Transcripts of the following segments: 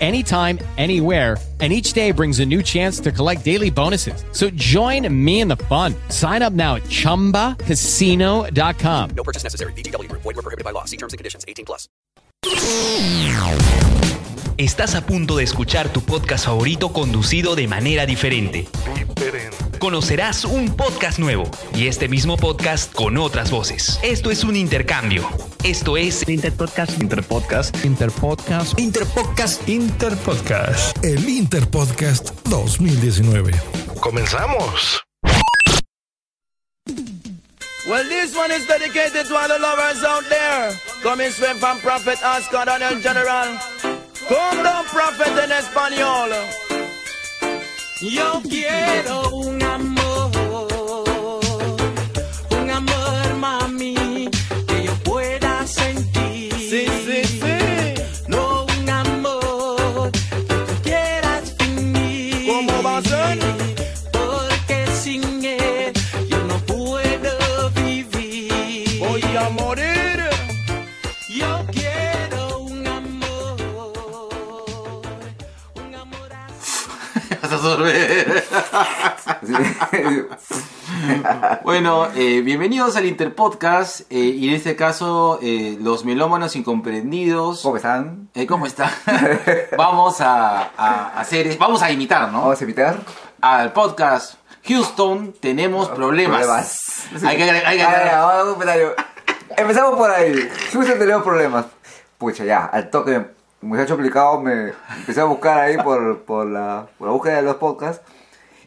anytime, anywhere and each day brings a new chance to collect daily bonuses. So join me in the fun. Sign up now at ChumbaCasino.com. No purchase necessary. BGW. Void were prohibited by law. See terms and conditions. 18 plus. Estás a punto de escuchar tu podcast favorito conducido de manera diferente. Conocerás un podcast nuevo y este mismo podcast con otras voces. Esto es un intercambio. Esto es Interpodcast. Interpodcast. Interpodcast. Interpodcast. Interpodcast. El Interpodcast 2019. Comenzamos. Well, this one is dedicated to all the lovers out there. Coming straight from Prophet Oscar Daniel General. Come down, Prophet en Español. Yo quiero un amor, un amor, mami, que yo pueda sentir. Sí, sí, sí. No un amor que tú quieras fingir. ¿Cómo va a ser? Porque sin él yo no puedo vivir. Voy a morir. Yo quiero un amor, un amor así. Hasta sorber. bueno, eh, bienvenidos al Interpodcast eh, y en este caso eh, los melómanos incomprendidos. ¿Cómo están? Eh, ¿Cómo está? vamos a, a hacer, vamos a imitar, ¿no? Vamos a invitar. Al podcast Houston tenemos problemas. Hay que, agregar- hay que Ah, ya, agregar- vamos a un comentario. Empezamos por ahí. Houston tenemos problemas. Pucha, ya, al toque, el muchacho aplicado me empecé a buscar ahí por, por, la, por la búsqueda de los podcasts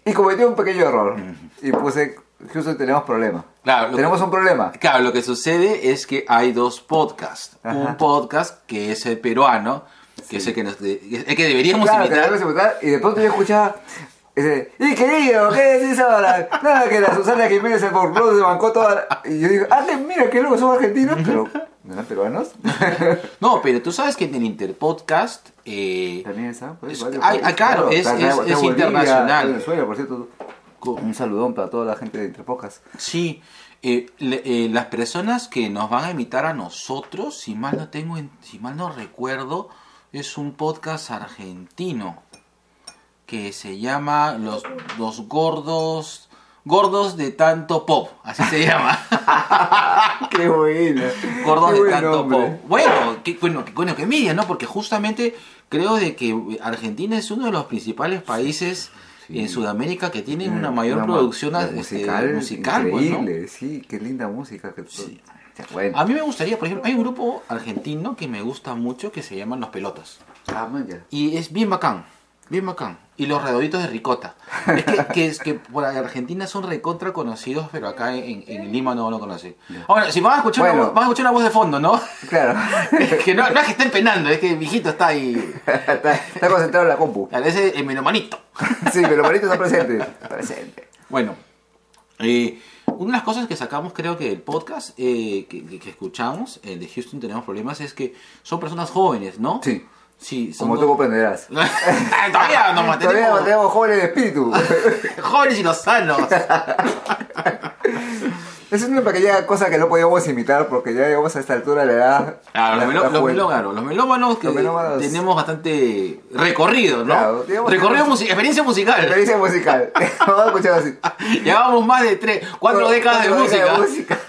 y cometí un pequeño error. Y puse, Houston tenemos problemas. Claro, lo- tenemos un problema. Claro, lo que sucede es que hay dos podcasts. Ajá. Un podcast que es el peruano, que es el que, nos, de- el que deberíamos Claro, que imitar. debemos imitar, y de pronto yo escuchaba. ese, y querido, ¿qué decís ahora? Nada, que la Susana Jiménez se burló, se bancó toda. la-". Y yo digo, ah, que mira, qué loco, son argentinos, pero. ¿No eran peruanos? No, pero tú sabes que en el Interpodcast. eh, También está, pues. Es- ay, ah, claro, es- es- es internacional. Venezuela, por cierto. Un saludón para toda la gente de Interpocas. sí, eh, le- eh, las personas que nos van a imitar a nosotros, si mal no tengo, en- si mal no recuerdo, es un podcast argentino que se llama Los, los Gordos. Gordos de tanto pop, así se llama. Qué bueno. Gordos Qué de buen tanto nombre. pop. Bueno, qué bueno, qué bueno que envidia, ¿no? Porque justamente creo de que Argentina es uno de los principales países en Sudamérica que tienen una mayor Mm, Una mu- producción una este, musical, musical, pues, ¿no? increíble. Sí, qué linda música. Que A Bueno, mí me gustaría, por ejemplo, hay un grupo argentino que me gusta mucho que se llaman Los Pelotas. ah, man, ya. Y es bien bacán, bien bacán. Y los redonditos de ricota. Es que, que es que por Argentina son recontra conocidos, pero acá en, en Lima no lo conocen. Ahora, si van a escuchar, una, Bueno. voz- van a escuchar una voz de fondo, ¿no? Claro. Es que no, no es que estén penando, es que el viejito está ahí. está, está concentrado en la compu. A veces en manomanito. Sí, pero Marito está presente. Presente. Bueno, eh, una de las cosas que sacamos, creo que del podcast eh, que, que- que escuchamos, el de Houston Tenemos Problemas, es que son personas jóvenes, ¿no? Sí. Sí, son Como tú dos- comprenderás. Todavía nos Todavía mantenemos mantenemos jóvenes de espíritu. jóvenes y los sanos. Es una pequeña cosa que no podíamos imitar porque ya llegamos a esta altura de la edad. Claro, los, La- melo- la los juventud. melómanos, los melómanos que Los melómanos. tenemos bastante recorrido, ¿no? Claro, digamos- recorrido, musi- experiencia musical. Experiencia musical. Vamos a escuchar así. Llevamos más de tres, cuatro décadas de Cuatro música. décadas de música.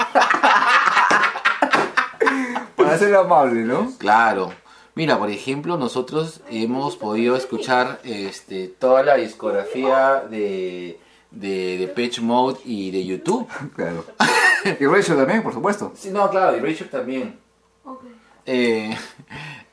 Para ser amable, ¿no? Claro. Mira, por ejemplo, nosotros hemos podido escuchar este, toda la discografía de, de, de Pitch Mode y de YouTube. Claro. Y Rachel también, por supuesto. Sí, no, claro, de Richard también. Eh,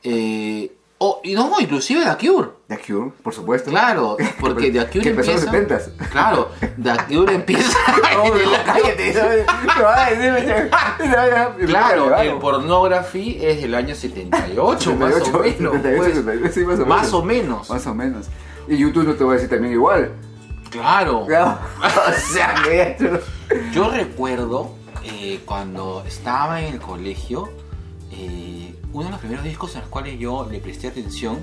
eh, o- y no, inclusive la Cure. The Cure, por supuesto. Claro, porque de aquí Que empezó empieza. en los 70s. Claro, de aquí empieza. No, cállate, te vas a decir, "Ah, me- me va a- me Claro, va a- el pornography es del año 78, más o 78, menos. 78, pues. 79, sí, más Más o menos. o menos. Más o menos. Y YouTube no te voy a decir también igual. Claro. Claro. o sea, que ya- Yo recuerdo eh, cuando estaba en el colegio, eh, uno de los primeros discos a los cuales yo le presté atención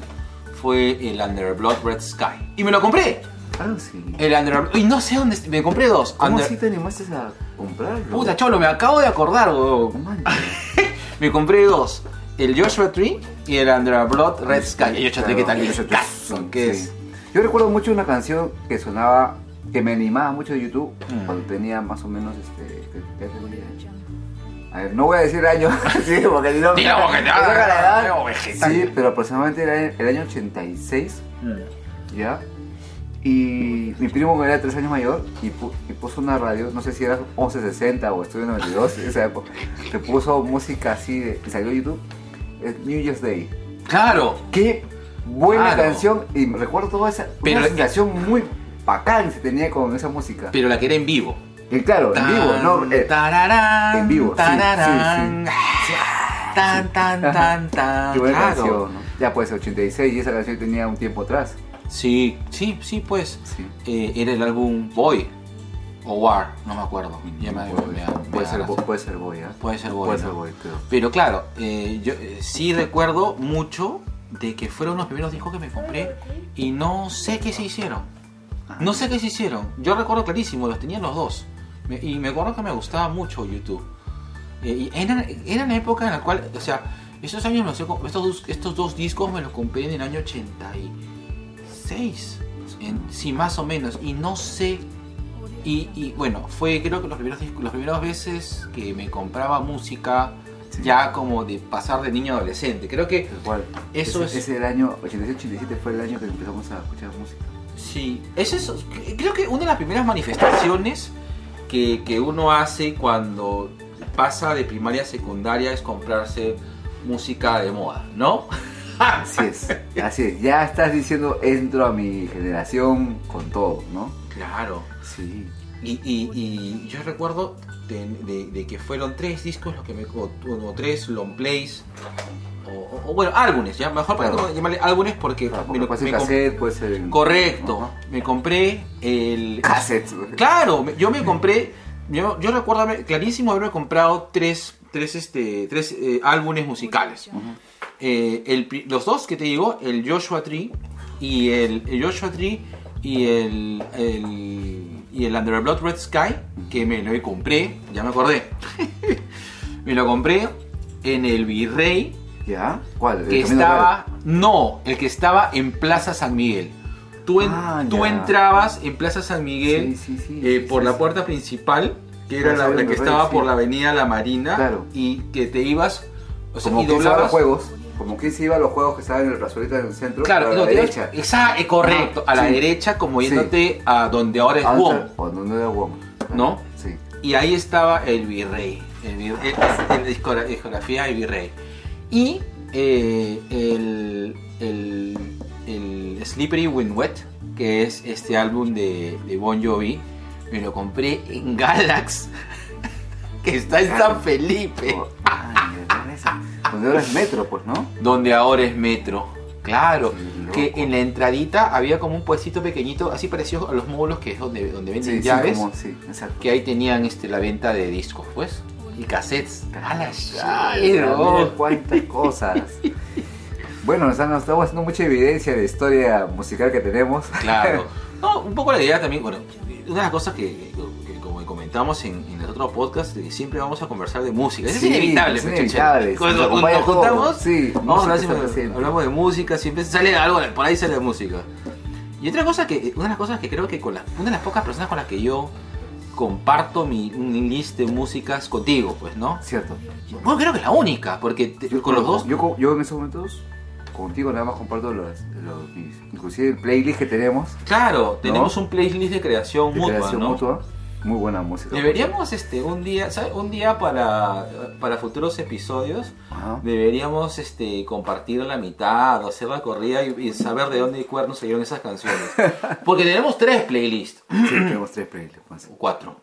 fue el Under Blood Red Sky. Y me lo compré. Ah, sí. El Under Y no sé dónde. Me compré dos. ¿Cómo Under- así te animaste a comprarlo? Puta, cholo, me acabo de acordar, No weón. manches. Me compré dos. El Joshua Tree y el Under Blood Red Sky. El Joshua Tree, ¿qué tal? Claro, El Joshua caso Tree, que sí. es. Yo recuerdo mucho una canción que sonaba, que me animaba mucho de YouTube, Mm. cuando tenía más o menos este. ¿qué- qué tenía? A ver, no voy a decir año, sí, porque si no. Digo, porque te va a me saca la dar- edad. digo, vegetal. Sí, pero aproximadamente era el- el año 86, Mm. ¿ya? Y mi primo que era tres años mayor y, pu- y puso una radio, no sé si era 1160 o Estudio 92, esa época, que puso música así, de, y salió YouTube, es New Year's Day. Claro. Qué buena Claro. canción. Y me recuerdo toda esa Pero- una sensación muy bacán que se tenía con esa música. Pero la que era en vivo. y claro, en vivo, ¿no? Eh, Tararán, en vivo, sí, tararán. sí, Tan, tan, tan, tan. qué buena claro. canción, ¿no? Ya pues, 86 y esa canción tenía un tiempo atrás. Sí, sí, sí, pues. Sí. Eh, era el álbum Boy o War, no me acuerdo. Ya me- me- me- Mm, puede, ser, me- Bo- puede ser Boy, ¿ah? Puede ser Boy. Puede ¿no? ser Boy, creo. Pero claro, eh, yo eh, sí recuerdo mucho de que fueron los primeros discos que me compré y no sé qué se hicieron. Ah. No sé qué se hicieron. Yo recuerdo clarísimo, los tenía los dos. Me- y me acuerdo que me gustaba mucho YouTube. Eh, y era, era una época en la cual, o sea, esos años, me los he com- estos, dos, estos dos discos me los compré en el año 86. En, sí, más o menos. Y no sé y, y, bueno, fue creo que los primeros discos, las primeras veces que me compraba música ya como de pasar de niño a adolescente. Creo que Tal cual. Eso ese, es- Ese era el año 86-87 fue el año que empezamos a escuchar música. sí, es eso. Creo que una de las primeras manifestaciones que, que uno hace cuando pasa de primaria a secundaria es comprarse música de moda, ¿no? Así es, así es. Ya estás diciendo, entro a mi generación con todo, ¿no? Claro. Sí. Y, y- y yo recuerdo de, de- de que fueron tres discos los que me o, o tres long plays o, o- o bueno álbumes ya mejor para Claro. no llamarle álbumes porque Claro, me porque lo- puede ser me comp- cassette, puede ser... en- correcto Ajá. me compré el Cassette. claro me- yo me compré yo, yo recuerdo haber- clarísimo haberme comprado tres, tres, este, tres eh, álbumes musicales Eh, el pri- los dos que te digo el Joshua Tree y el, el Joshua Tree y el, el- y el Under a Blood Red Sky que me lo compré ya me acordé me lo compré en el Virrey ¿Ya? ¿Cuál? ¿El que Camino estaba no el que estaba en Plaza San Miguel tú, en- Ah, tú ya. entrabas en Plaza San Miguel Sí, sí, sí, eh, sí, por sí, la sí. puerta principal que era Plaza la, la del que Rey, estaba sí. por la avenida La Marina Claro. y que te ibas o sea, Como y que se iba a doblabas los juegos. Como que se iba a los juegos que estaban en el rasurita del centro. claro a no, la te ibas- derecha. Ah, esa- eh, correcto a la Sí. derecha como Sí. yéndote a donde ahora es Ah, WOM O no era Wong. ¿No? Sí. Y ahí estaba el virrey, el, vir- el- el- discogra- discografía del virrey. Y eh, el, el, el Slippery When Wet, que es este álbum de, de Bon Jovi, me lo compré en Galax, que está en San Felipe, Oh, ay, era esa. Donde ahora es metro, pues, ¿no? donde ahora es Metro. Claro, Sí, loco. que en la entradita había como un puestito pequeñito, así parecido a los módulos que es donde, donde venden Sí, sí, llaves como- sí, exacto. que ahí tenían este, la venta de discos, pues, y cassettes. Ah, ¡A la Ay, shit, mira bro! cuántas cosas. Bueno, nos han- estamos haciendo mucha evidencia de historia musical que tenemos. Claro. No, un poco la idea también, bueno, una de las cosas que, que como comentamos en, en el otro podcast, que siempre vamos a conversar de música. Eso Sí, es inevitable, es pues, chucha. inevitable. Cuando cuando Nos acompaña nos todo. juntamos, Sí, vamos a hablar música siempre- está presente. hablamos de música, siempre sale algo, por ahí sale música. Y otra cosa que, una de las cosas que creo que con las, una de las pocas personas con las que yo comparto mi, mi list de músicas contigo, pues, ¿no? Cierto. Bueno, creo que es la única, porque te- con los dos Yo, co- yo en esos momentos contigo nada más comparto los, los mis- inclusive el playlist que tenemos. Claro, tenemos un playlist de creación de mutua, creación ¿no? mutua. Muy buena música. Deberíamos este un día, ¿sabe? un día para, para futuros episodios Ajá. deberíamos este compartir la mitad, o hacer la corrida y, y saber de dónde y cuernos salieron esas canciones. Porque tenemos tres playlists, Sí, tenemos tres playlists. más. cuatro,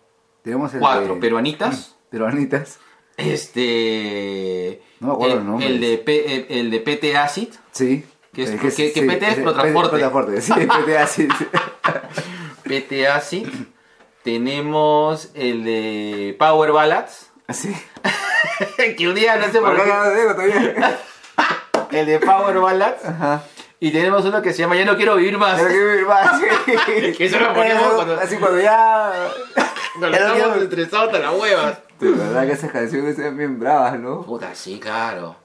Tenemos el cuatro de- peruanitas, Peruanitas. este No me acuerdo el, los nombres. el de P- el, el de PT Acid, Sí. Que es- Eh, que- que PT es ese- Protransporte. Protransporte, Sí, PT así. PT Acid, tenemos el de Power Ballads, Así. que un día no sé por Por acá qué no lo digo todavía. el de Power Ballads. Ajá. Y tenemos uno que se llama Ya no quiero vivir más. Pero que vivir más. Que eso lo ponemos Eso, cuando- Así cuando ya. Cuando Ya no estamos quiero- estresados hasta las huevas. De verdad que esas canciones eran bien bravas, ¿no? Puta, sí, claro.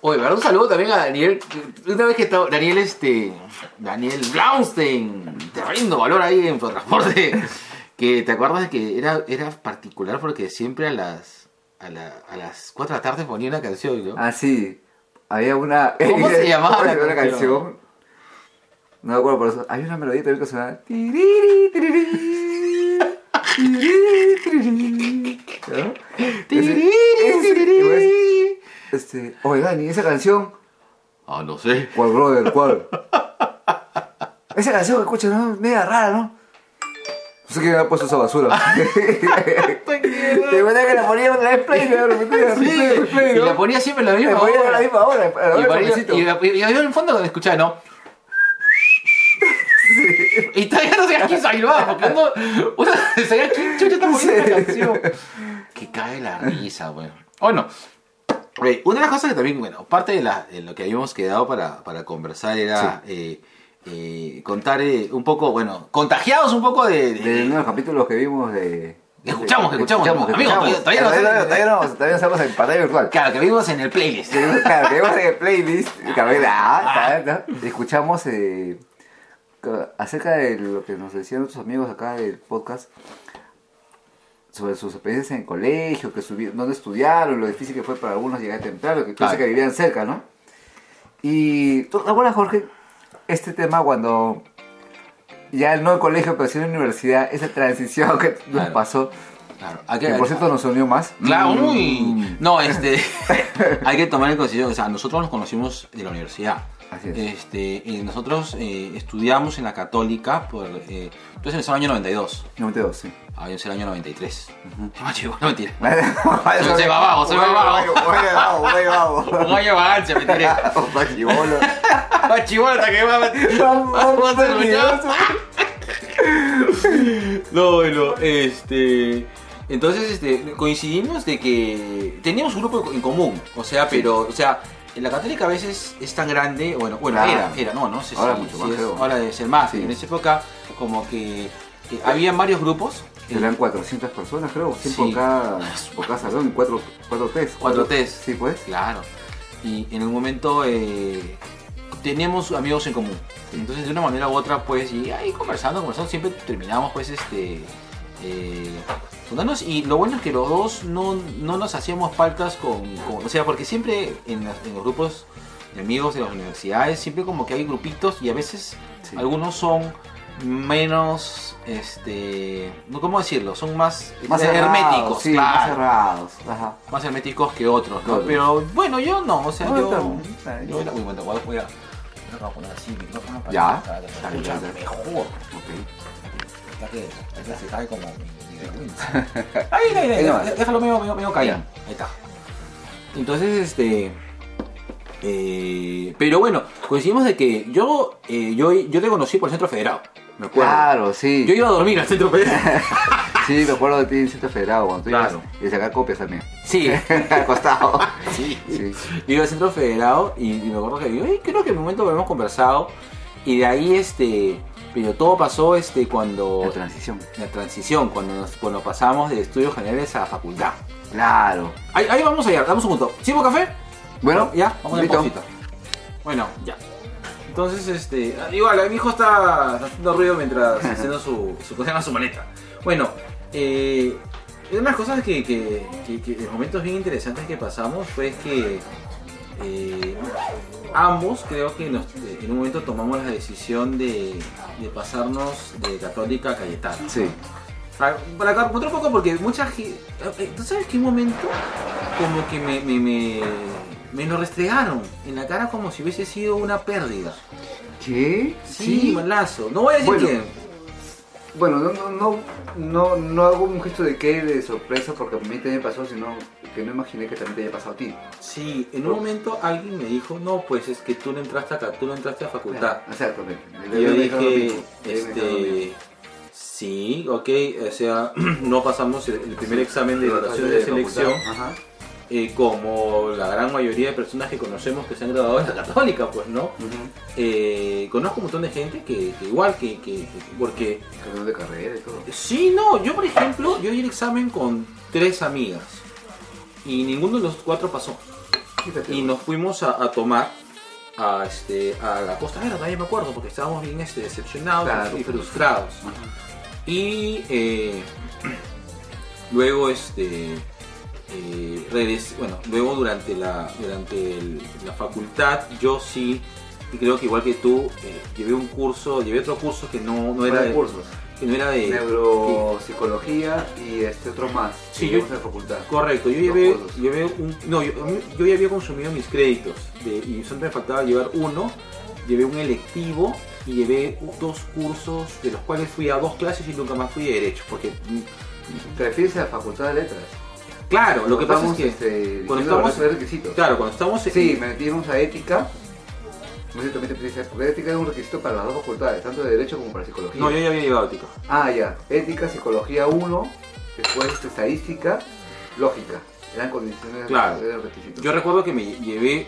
Oye, ¿verdad? un saludo también a Daniel. que Una vez que estaba. Daniel, este. Daniel Blaunstein. Terriendo valor ahí en transporte. Que te acuerdas que era, era particular porque siempre a las. A, la- a las 4 de la tarde ponía una canción, ¿no? Ah, sí. Había una. ¿Cómo se llamaba la Había una canción? canción? No me acuerdo, pero eso- hay una melodía también que sonaba. Tiriri, tiriri, tiriri, tiriri, ¿no? Tiriri, Ese- ese- tiriri. igual, Este, oye, Dani, esa canción. Ah, no sé. ¿Cuál, brother? ¿Cuál? Esa canción que escuchas, ¿no? Media rara, ¿no? No sé quién ha puesto esa basura. Te cuenta que la ponían en la play, ¿no? La metían en Sí, replay, replay, y ¿no? la ponía siempre a la Me misma ponía a hora. la misma hora, a la Y, hora del ponía- cafecito. y, y- y yo en el fondo cuando escuchaba, ¿no? Y todavía no sabía quién bailaba, porque uno, uno sabía quién chucha está poniendo esta canción. Que cae la risa, güey. Bueno, eh, una de las cosas que también, bueno, parte de, la- de lo que habíamos quedado para, para conversar era eh, eh, contar eh, un poco, bueno, contagiados un poco de... de- De uno de los capítulos que vimos de... Que escuchamos, que escuchamos, que amigos, escuchamos. todavía- todavía no sé- todavía no todavía no estamos en pantalla virtual. Claro, que vimos en el playlist. Tenemos- Claro, tenemos en el playlist, claro, ah, está, ¿no? escuchamos eh, ca- acerca de lo que nos decían nuestros amigos acá del podcast sobre sus experiencias en el colegio, que subi- dónde estudiaron, lo difícil que fue para algunos llegar temprano, que Claro. piensa que vivían cerca, ¿no? Y tú te acuerdas, Jorge, este tema cuando ya no el colegio, pero sí la universidad, esa transición que nos Claro. pasó, Claro, hay que por cierto nos unió más. Claro, Mm. uy. No, este. hay que tomar en consideración. O sea, nosotros nos conocimos de la universidad. Así es. Este, y nosotros eh, estudiamos en la Católica. Por, eh, entonces empezó el año 92. 92, sí. Habíamos el año 93. Ah, chico, No, mentira. Eso Se va abajo, se va abajo. Oye, vamos, oye, Un vamos. año avance, mentira. Opa, chibolo. Ah, chivo, hasta que va Vamos a terminar. No, bueno, este. Entonces, este, coincidimos de que teníamos un grupo en común, o sea, pero, o sea, la católica a veces es tan grande, bueno, bueno, Claro. era, era, no, no sé Ah. Ahora si, mucho si más, es- creo. ahora debe ser más, Sí. en esa época como que eh, habían varios grupos, Eran 400 personas, creo. 100 Sí. por, cada, por cada salón. 4, 4 test. Cuatro Cuatro- test. Sí, pues. Claro. Y en un momento eh, teníamos amigos en común. Entonces, de una manera u otra, pues, y ahí conversando, conversando, siempre terminábamos, pues, este. eh, juntándonos. Y lo bueno es que los dos no, no nos hacíamos faltas con, con- O sea, porque siempre en, las- en los grupos de amigos de las universidades, siempre como que hay grupitos y a veces Sí. algunos son menos. Este. no, ¿Cómo decirlo? Son más, Más cerrados, Eh, herméticos. Sí, claro más cerrados. Ajá. más herméticos que otros, ¿no? Claro. Pero bueno, yo no, o sea, No, yo. está bien, está bien. Yo era muy bueno, voy a. Voy a voy a poner así, mi micrófono para Ya. para que se Está bien, escucha ya. mejor. Ok. Ya que ya se cae como mi- mi de Wins. Ahí, ahí, ahí, Ahí nomás. de- déjalo medio, medio, medio caído. Ya. Ahí está. Entonces, este. eh, pero bueno, coincidimos de que yo, eh, yo, yo te conocí por el Centro Federado. Me acuerdo. Claro, sí. Yo iba a dormir al Centro Federado. Sí, me acuerdo de ti en Centro Federado. Cuando tú Claro. ibas Y sacar copias también. Sí. Al costado. Sí. Sí. Yo iba al centro federado y, y me acuerdo que yo "Ey, creo que en un momento habíamos conversado y de ahí este pero todo pasó este cuando La transición. la transición cuando nos cuando pasamos de estudios generales a facultad Claro. ahí, ahí vamos allá damos un punto ¿Sirvo café Bueno, ya vamos a listo. pausita bueno ya entonces este igual mi hijo está haciendo ruido mientras haciendo su su cosa su maleta bueno eh, una de las cosas que, que, que- que- de momentos bien interesantes que pasamos fue que eh, ambos creo que nos- eh, en un momento tomamos la decisión de, de pasarnos de católica a Cayetano. Sí. Para, para acá, otro poco porque mucha gente... ¿Tú sabes qué momento? Como que me, me, me, me lo restregaron en la cara como si hubiese sido una pérdida. ¿Qué? Sí, malazo. No voy a decir Bueno. quién. Bueno, no, no, no, no, no hago un gesto de que de sorpresa porque a mí también me pasó, sino que no imaginé que también te haya pasado a ti. Sí, en un momento alguien me dijo, no, pues es que tú no entraste acá, tú no entraste a facultad. Exactamente. Y yo dije, este, sí, ok, o sea, no pasamos el, el primer examen de graduación de selección, Ajá. eh, como la gran mayoría de personas que conocemos que se han graduado de la católica, pues no. Ujú. Eh, conozco un montón de gente que, que igual que, que, que- porque, Cambiando de carrera y todo. sí, no, yo por ejemplo, yo di el examen con tres amigas y ninguno de los cuatro pasó Fíjate. y nos fuimos a, a tomar a, este, a la Costa Verde, todavía me acuerdo, porque estábamos bien este, decepcionados Claro. y frustrados. Y eh, luego, este, eh, regres- bueno, luego durante la, durante el- la facultad, yo sí, y creo que igual que tú, eh, llevé un curso, llevé otro curso que no, no era Fuera de de, cursos. que no era de... Neuropsicología y este otro más. Sí, yo yo- en la facultad. Correcto, yo Los llevé, cursos. llevé un. No, yo, a mí- yo ya había consumido mis créditos de- y solo me faltaba llevar uno. Llevé un electivo y llevé u- dos cursos, de los cuales fui a dos clases y nunca más fui de derecho. Porque, mm, ¿Te refieres a la facultad de letras? claro, lo que pasa es Estamos, que. eh, este, cuando diciendo estamos. los requisitos. Claro, cuando estamos. en- Sí, me metimos a ética. No sé si también te metiste a ética, porque ética es un requisito para las dos facultades, tanto de Derecho como para Psicología. No, yo ya había llevado, tico. Ah, ya. Ética, Psicología 1, después Estadística, Lógica. Eran condiciones Claro. eran requisitos. Yo recuerdo que me llevé.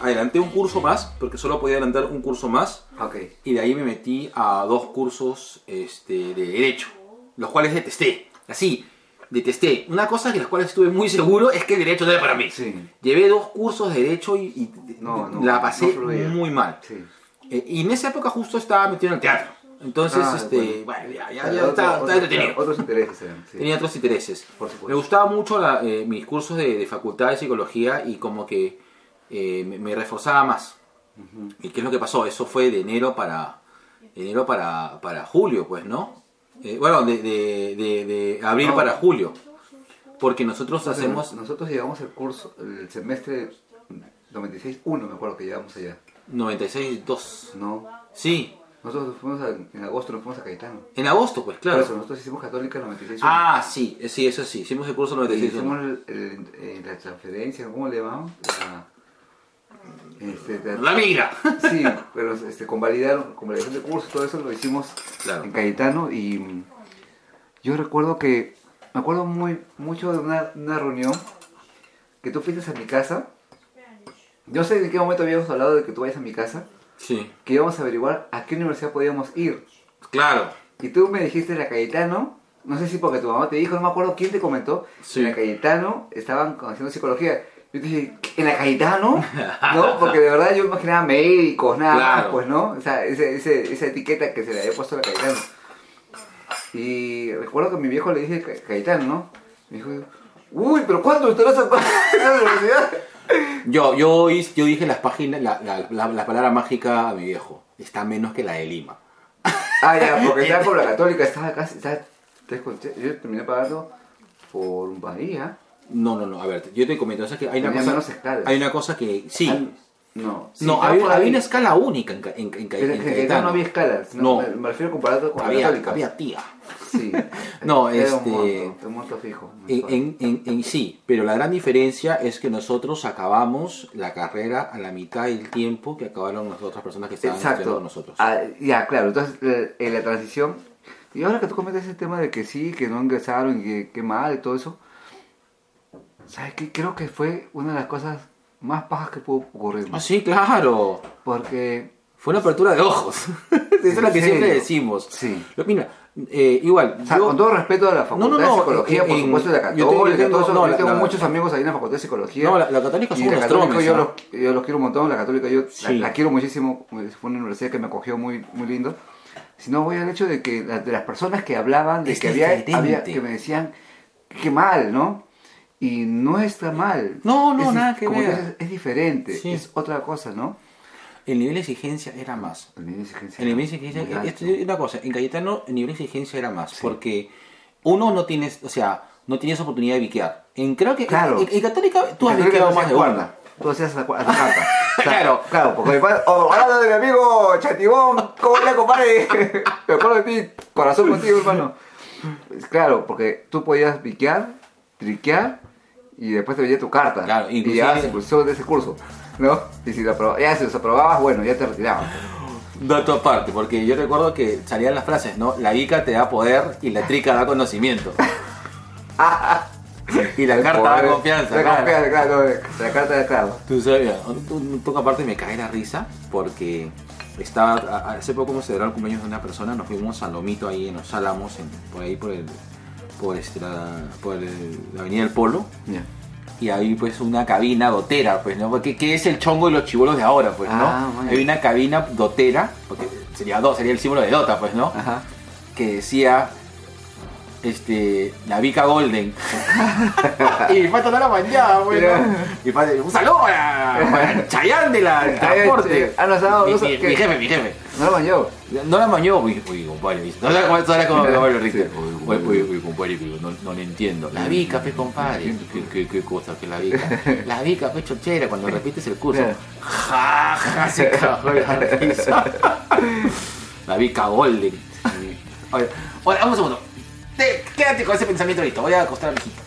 Adelanté un curso más, porque solo podía adelantar un curso más. Ah, Ok. Y de ahí me metí a dos cursos este, de derecho, los cuales detesté. Así, detesté. Una cosa de las cuales estuve muy seguro es que el derecho no era para mí. Sí. Llevé dos cursos de derecho y, y No, no, la pasé no fluía. muy mal. Sí. Eh, y en esa época justo estaba metido en el teatro. Entonces, Ah, este, bueno. bueno. ya, ya, Claro, ya otro- estaba, otro- estaba entretenido. claro, Otros intereses eran. sí. Tenía otros intereses. Por supuesto. Me gustaba mucho la- eh, mis cursos de, de facultad de psicología y como que eh, me, me reforzaba más. ¿Y qué es lo que pasó? Eso fue de enero para de enero para, para julio, pues, ¿no? Eh, bueno, de, de- de- de abril No. para julio. Porque nosotros hacemos... Nosotros llevamos el curso, el semestre 96-1, me acuerdo que llevamos allá. 96.2. No. Sí, Nosotros fuimos a- en agosto, nos fuimos a Cayetano. en agosto, pues, Por eso, claro. nosotros hicimos Católica 96 Ah, sí, eh, sí, eso sí. Hicimos el curso Y 96. hicimos el- el- eh, la transferencia, ¿cómo le llamamos? La, este, La la- migra. sí, pero este, convalidaron, convalidación de cursos, todo eso lo hicimos Claro. en Cayetano y mm, yo recuerdo que, me acuerdo muy, mucho de una, una reunión que tú fuiste a mi casa. Yo sé en qué momento habíamos hablado de que tú vayas a mi casa, Sí, que íbamos a averiguar a qué universidad podíamos ir. claro. Y tú me dijiste la Cayetano, no sé si porque tu mamá te dijo, no me acuerdo quién te comentó, Sí. en la Cayetano estaban haciendo psicología. Yo te dije, ¿en la Cayetano? ¿No? Porque de verdad yo imaginaba médicos, nada más, Claro. pues, ¿no? O sea, ese- ese- esa etiqueta que se le había puesto a la Cayetano. Y recuerdo que mi viejo le dije "Ca- Cayetano, ¿no? Me dijo, uy, pero ¿cuánto estarás a la universidad? Yo, yo, hice- yo dije las páginas, la, la, la- la palabra mágica a mi viejo. Está menos que la de Lima. Ah, ya, porque estaba con la católica, estaba casi, estaba, tres con- yo terminé pagando por un ¿ah? bahía. No, no, no. A ver, yo te comento. o sea, que hay una Tenía cosa. menos escalas. Hay una cosa que. Sí. No, sí, no, estaba había, por ahí. había una escala única en, ca- en, en, ca- Pero en en Cayetano Cayetano. no había escalas, no, No. Me, me refiero comparado con Había- la católica. había tía. Sí. No, Era este- un monto, un monto fijo. mensual. En, en- en- en sí, pero la gran diferencia es que nosotros acabamos la carrera a la mitad del tiempo que acabaron las otras personas que estaban estudiando Exacto. con nosotros. Ah, ya, claro. Entonces, la- en la transición. Y ahora que tú comentas ese tema de que sí, que no ingresaron y que, que mal y todo eso. ¿Sabes qué? Creo que fue una de las cosas más pajas que pudo ocurrir. Ah, sí, claro. Porque Fue una apertura de ojos. Eso es ¿En lo que siempre serio? decimos. Sí. Lo- mira, eh, igual. O sea, yo- con todo respeto a la Facultad No, no, no, de Psicología, por en- supuesto, de la yo tengo- Católica, yo tengo- todo eso, no, yo la- tengo la- muchos amigos ahí en la Facultad de Psicología. No, la- la Católica y son la unos Católica tromes, yo, ¿ah? los, yo los quiero un montón, la Católica yo la- Sí. la, quiero muchísimo, fue una universidad que me acogió muy, muy lindo. Sino voy al hecho de que la- de las personas que hablaban, de Es que había, diferente. había- que me decían, qué mal, ¿no? Y no está mal. No, no, Es di- nada que como ver. dices, es diferente, Sí. es otra cosa, ¿no? El nivel de exigencia era más. El nivel de exigencia El nivel de era exigencia. eh, muy alto. esto es una cosa, en Cayetano el nivel de exigencia era más. Porque uno no tienes, o sea, no tienes oportunidad de biquear. En creo que Claro. en, en Católica tú has Creo que biqueado no más hacía de cuarta. una. Tú hacías la cuarta. carta. Claro. Claro, porque mi padre. oh, hablando de mi amigo Chatibón, ¿cómo le compadre? Me acuerdo de ti, corazón contigo, hermano. Claro, porque tú podías piquear, triquear y después te veía tu carta. Claro, y inclusive- ya se expulsó de ese curso, ¿no? Y si aprobabas, ya si desaprobabas, bueno, ya te retiraban. Dato aparte, porque yo recuerdo que salían las frases, ¿no? La guica te da poder y la trica da conocimiento. y la carta da Pobre- confianza. Da claro. confianza, claro. La carta de claro. Tú sabes, un poco aparte me cae la risa porque estaba, a- hace poco hemos celebrado el cumpleaños de una persona, nos fuimos a Lomito ahí en los Álamos, en- por ahí por el, por este, la, por el- la avenida del Polo, y hay pues una cabina dotera, pues, ¿no? Porque ¿qué es el chongo y los chivolos de ahora, pues, ¿no? Ah, bueno. Hay una cabina dotera, porque sería dos, sería el símbolo de Dota, pues, ¿no? Ajá. que decía este, la Vica Golden. y mi pata no la manchaba, güey. ¿no? Mira. Mi pata, un saludo para, para Chayán de la del Ay, transporte. sí. Ah, no, no, mi, no, mi- que- mi jefe, mi jefe. No lo manchó. No la mañó, uy, uy, compadre. dice. No la como, no la como, Sí. compadre, Richter. Uy, uy, uy, compadre, digo, no, no le entiendo. La vica, pe, compadre. ¿Qué, qué, qué cosa que la vica? La vica, pe, chochera, cuando repites el curso. Sí. Ja, ja, se cagó la risa. La vica golden. Ahora, ahora, un segundo. Te- quédate con ese pensamiento ahorita. Voy a acostar a mi hijita.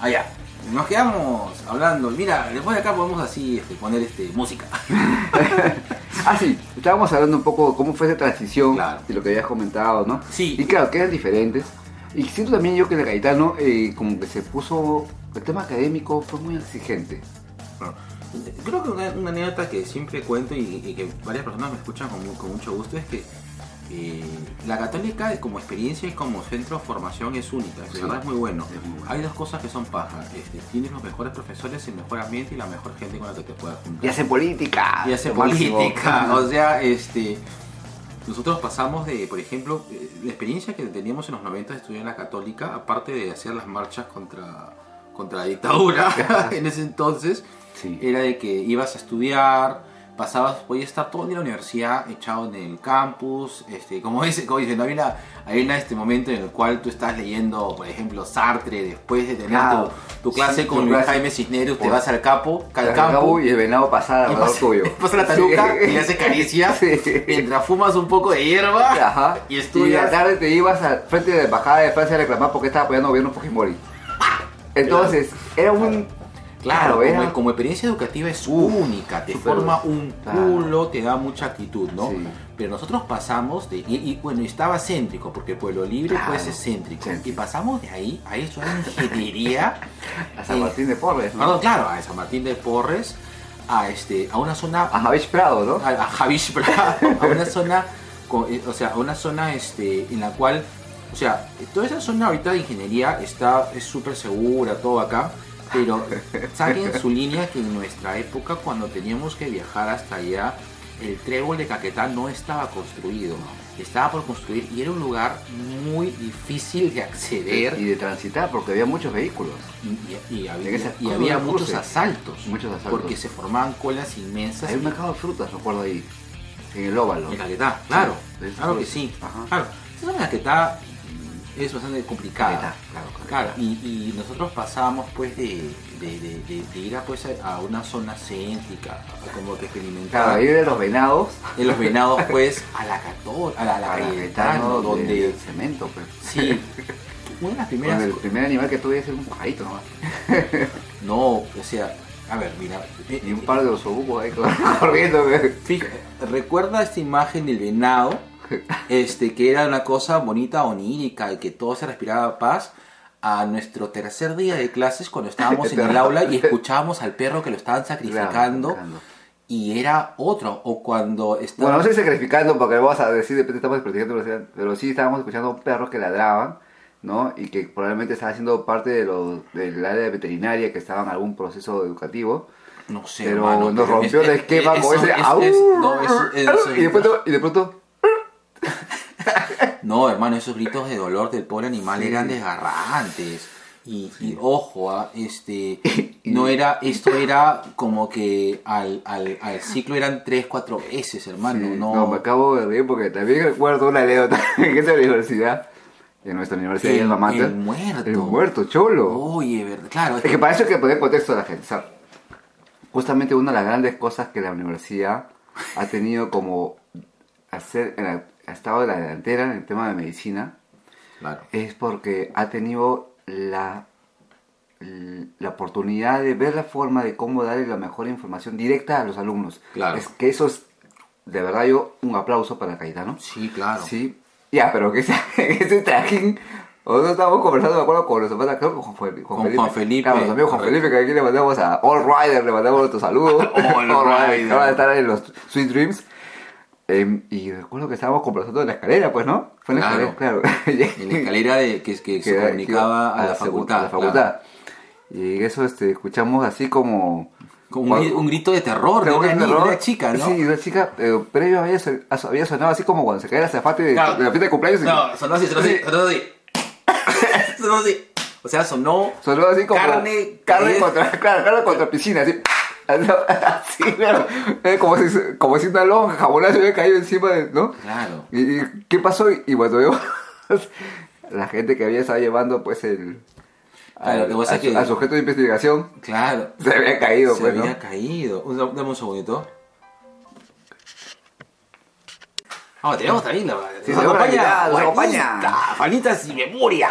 Allá. Nos quedamos hablando. Mira, después de acá podemos así este, poner este, música. Ah, sí, estábamos hablando un poco de cómo fue esa transición Claro. y lo que habías comentado, ¿no? Sí. Y claro, que eran diferentes. Y siento también yo que el Gaetano eh, como que se puso, el tema académico fue muy exigente. Creo que una, una anécdota que siempre cuento y, y que varias personas me escuchan con, mu- con mucho gusto es que eh, la católica como experiencia y como centro de formación es única, es, Sí. verdad, es muy bueno. Es muy bueno. Hay dos cosas que son paja. Este, tienes los mejores profesores, el mejor ambiente y la mejor gente con la que te puedas juntar. Y hace política. Y hace lo máximo. política. O sea, este, nosotros pasamos de, por ejemplo, eh, la experiencia que teníamos en los 90 de estudiar en la católica, aparte de hacer las marchas contra, contra la dictadura en ese entonces, Sí. era de que ibas a estudiar, pasabas, podías estar todo el día en la universidad, echado en el campus, este, como dice, como dicen, ¿no? hay, una, hay una, este momento en el cual tú estás leyendo, por ejemplo, Sartre, después de tener Claro. tu, tu clase Sí, tu con Luis clase. Jaime Cisneros, te Por- vas al capo, al El campo, cabo y el venado pasaba y alrededor pasa, tuyo. pasa la taruca Ah, Sí. y le hace caricias Sí. mientras fumas un poco de hierba Ajá. y Y estudias. la tarde te ibas al frente de la embajada de Francia a reclamar porque estaba apoyando al gobierno Fujimori. Entonces, era un... claro, era- como, como experiencia educativa es única, te súper. forma un Claro. culo, te da mucha actitud, ¿no? Sí. Pero nosotros pasamos de. Y, y, bueno, estaba céntrico, porque Pueblo Libre Claro. pues es céntrico. Y Céntrico. pasamos de ahí a eso de ingeniería. A San Martín de Porres, ¿no? Perdón, claro, a San Martín de Porres, a este, a una zona A Javier Prado, ¿no? a, a Javish Bravo, a una zona, co- eh, o sea, a una zona este, en la cual, o sea, toda esa zona ahorita de ingeniería está es súper segura, todo acá, pero saquen su línea que en nuestra época cuando teníamos que viajar hasta allá, el trébol de Caquetá no estaba construido, estaba por construir y era un lugar muy difícil de acceder Y de transitar porque había muchos vehículos. y, y- y había, En esas y había curvas, muchos cruces. asaltos, Muchos asaltos. porque se formaban colas inmensas Hay un y- mercado de frutas, recuerdo ahí. En el óvalo. En Caquetá, claro, Sí. claro que sí. Ajá. Claro, esa Caquetá es bastante complicada. Caquetá, claro, claro, claro. Caquetá. Y, y nosotros pasábamos pues de, de- de- de- de ir a, pues, a una zona céntrica, a como que Claro, experimentar ahí de los venados. de los venados pues a la Cató, a la, a la Para Caquetá, ¿no? ¿no? donde... De cemento, pues. Sí, una de las primeras... Donde el primer animal que tuve es un pajarito nomás. No, o sea, a ver, mira... eh, Y un eh, par de osobucos ahí cor- corriendo. pues. Fija- recuerda esta imagen del venado, este, que era una cosa bonita, onírica, y que todo se respiraba paz, a nuestro tercer día de clases cuando estábamos en el aula y escuchábamos al perro que lo estaban sacrificando, sacrificando. y era otro, o cuando Bueno, no estábamos... estoy sacrificando porque vamos a decir, de repente estamos desprestigiando la ciudad, pero sí estábamos escuchando a un perro que ladraban, ¿no? Y que probablemente estaba haciendo parte de los, del área veterinaria que estaba en algún proceso educativo. no sé, pero hermano, nos pero rompió es- el es- esquema es- con es- ese. es- "Au". es- no, es- es- y, de pronto, y de pronto, No, hermano, esos gritos de dolor del pobre animal Sí. eran desgarrantes. Y, y ojo, ah, este, no era, esto era como que al, al, al ciclo eran tres, cuatro veces, hermano. Sí, no, me acabo de reír porque también recuerdo una anécdota en esa universidad en nuestra universidad y en Mamata. el muerto. Oh. El muerto, cholo. Oye, ver- claro. Es que para eso hay que poner contexto a la gente. o sea, justamente una de las grandes cosas que la universidad ha tenido como hacer, en la- ha estado en la delantera en el tema de medicina, Claro. es porque ha tenido la, la oportunidad de ver la forma de cómo darle la mejor información directa a los alumnos. Claro. Es que eso es, de verdad, yo un aplauso para Caetano. Sí, claro. Sí. Ya, pero que ese, ese trajín. Nosotros estábamos conversando, me acuerdo, con los hermanos, creo que con Juan, Fe- Con Juan Felipe, Claro, los amigos Juan correcto. Felipe, que aquí le mandamos a All Rider, le mandamos nuestro saludo. All Rider. Ahora estar en los Sweet Dreams. Em, y recuerdo que estábamos conversando en la escalera, pues, ¿no? Fue en la Claro. escalera, claro. En la escalera de, que, que se era- comunicaba que- a la segu- facultad. a la claro. facultad. Y eso este, escuchamos así como... Con un, gri- un grito de terror de Creo que una, es un niña, de error. una chica, ¿no? Sí, una chica, eh, previo había, son- había sonado así como cuando se cae el azafate de, Claro. de la fiesta de cumpleaños. y- No, sonó así, sonó así, sonó así. sonó así. O sea, sonó. Sonó así como. Carne. ¿eh? carne caída. contra. Claro, carne contra piscina, así. Así, claro. Eh, Como si, como si una lonja jabonazo hubiera caído encima de. ¿No? Claro. ¿Y, y qué pasó? Y cuando veo. La gente que había estado llevando, pues, el. Claro, lo al, que pasa al es su- que- al sujeto de investigación. Claro. Se había caído, Se pues, había ¿no? caído. Un- dame un segundito. Ah, tenemos también la. Sí, tenemos la guitarra, nos acompaña. Juanita, Juanita sin memoria.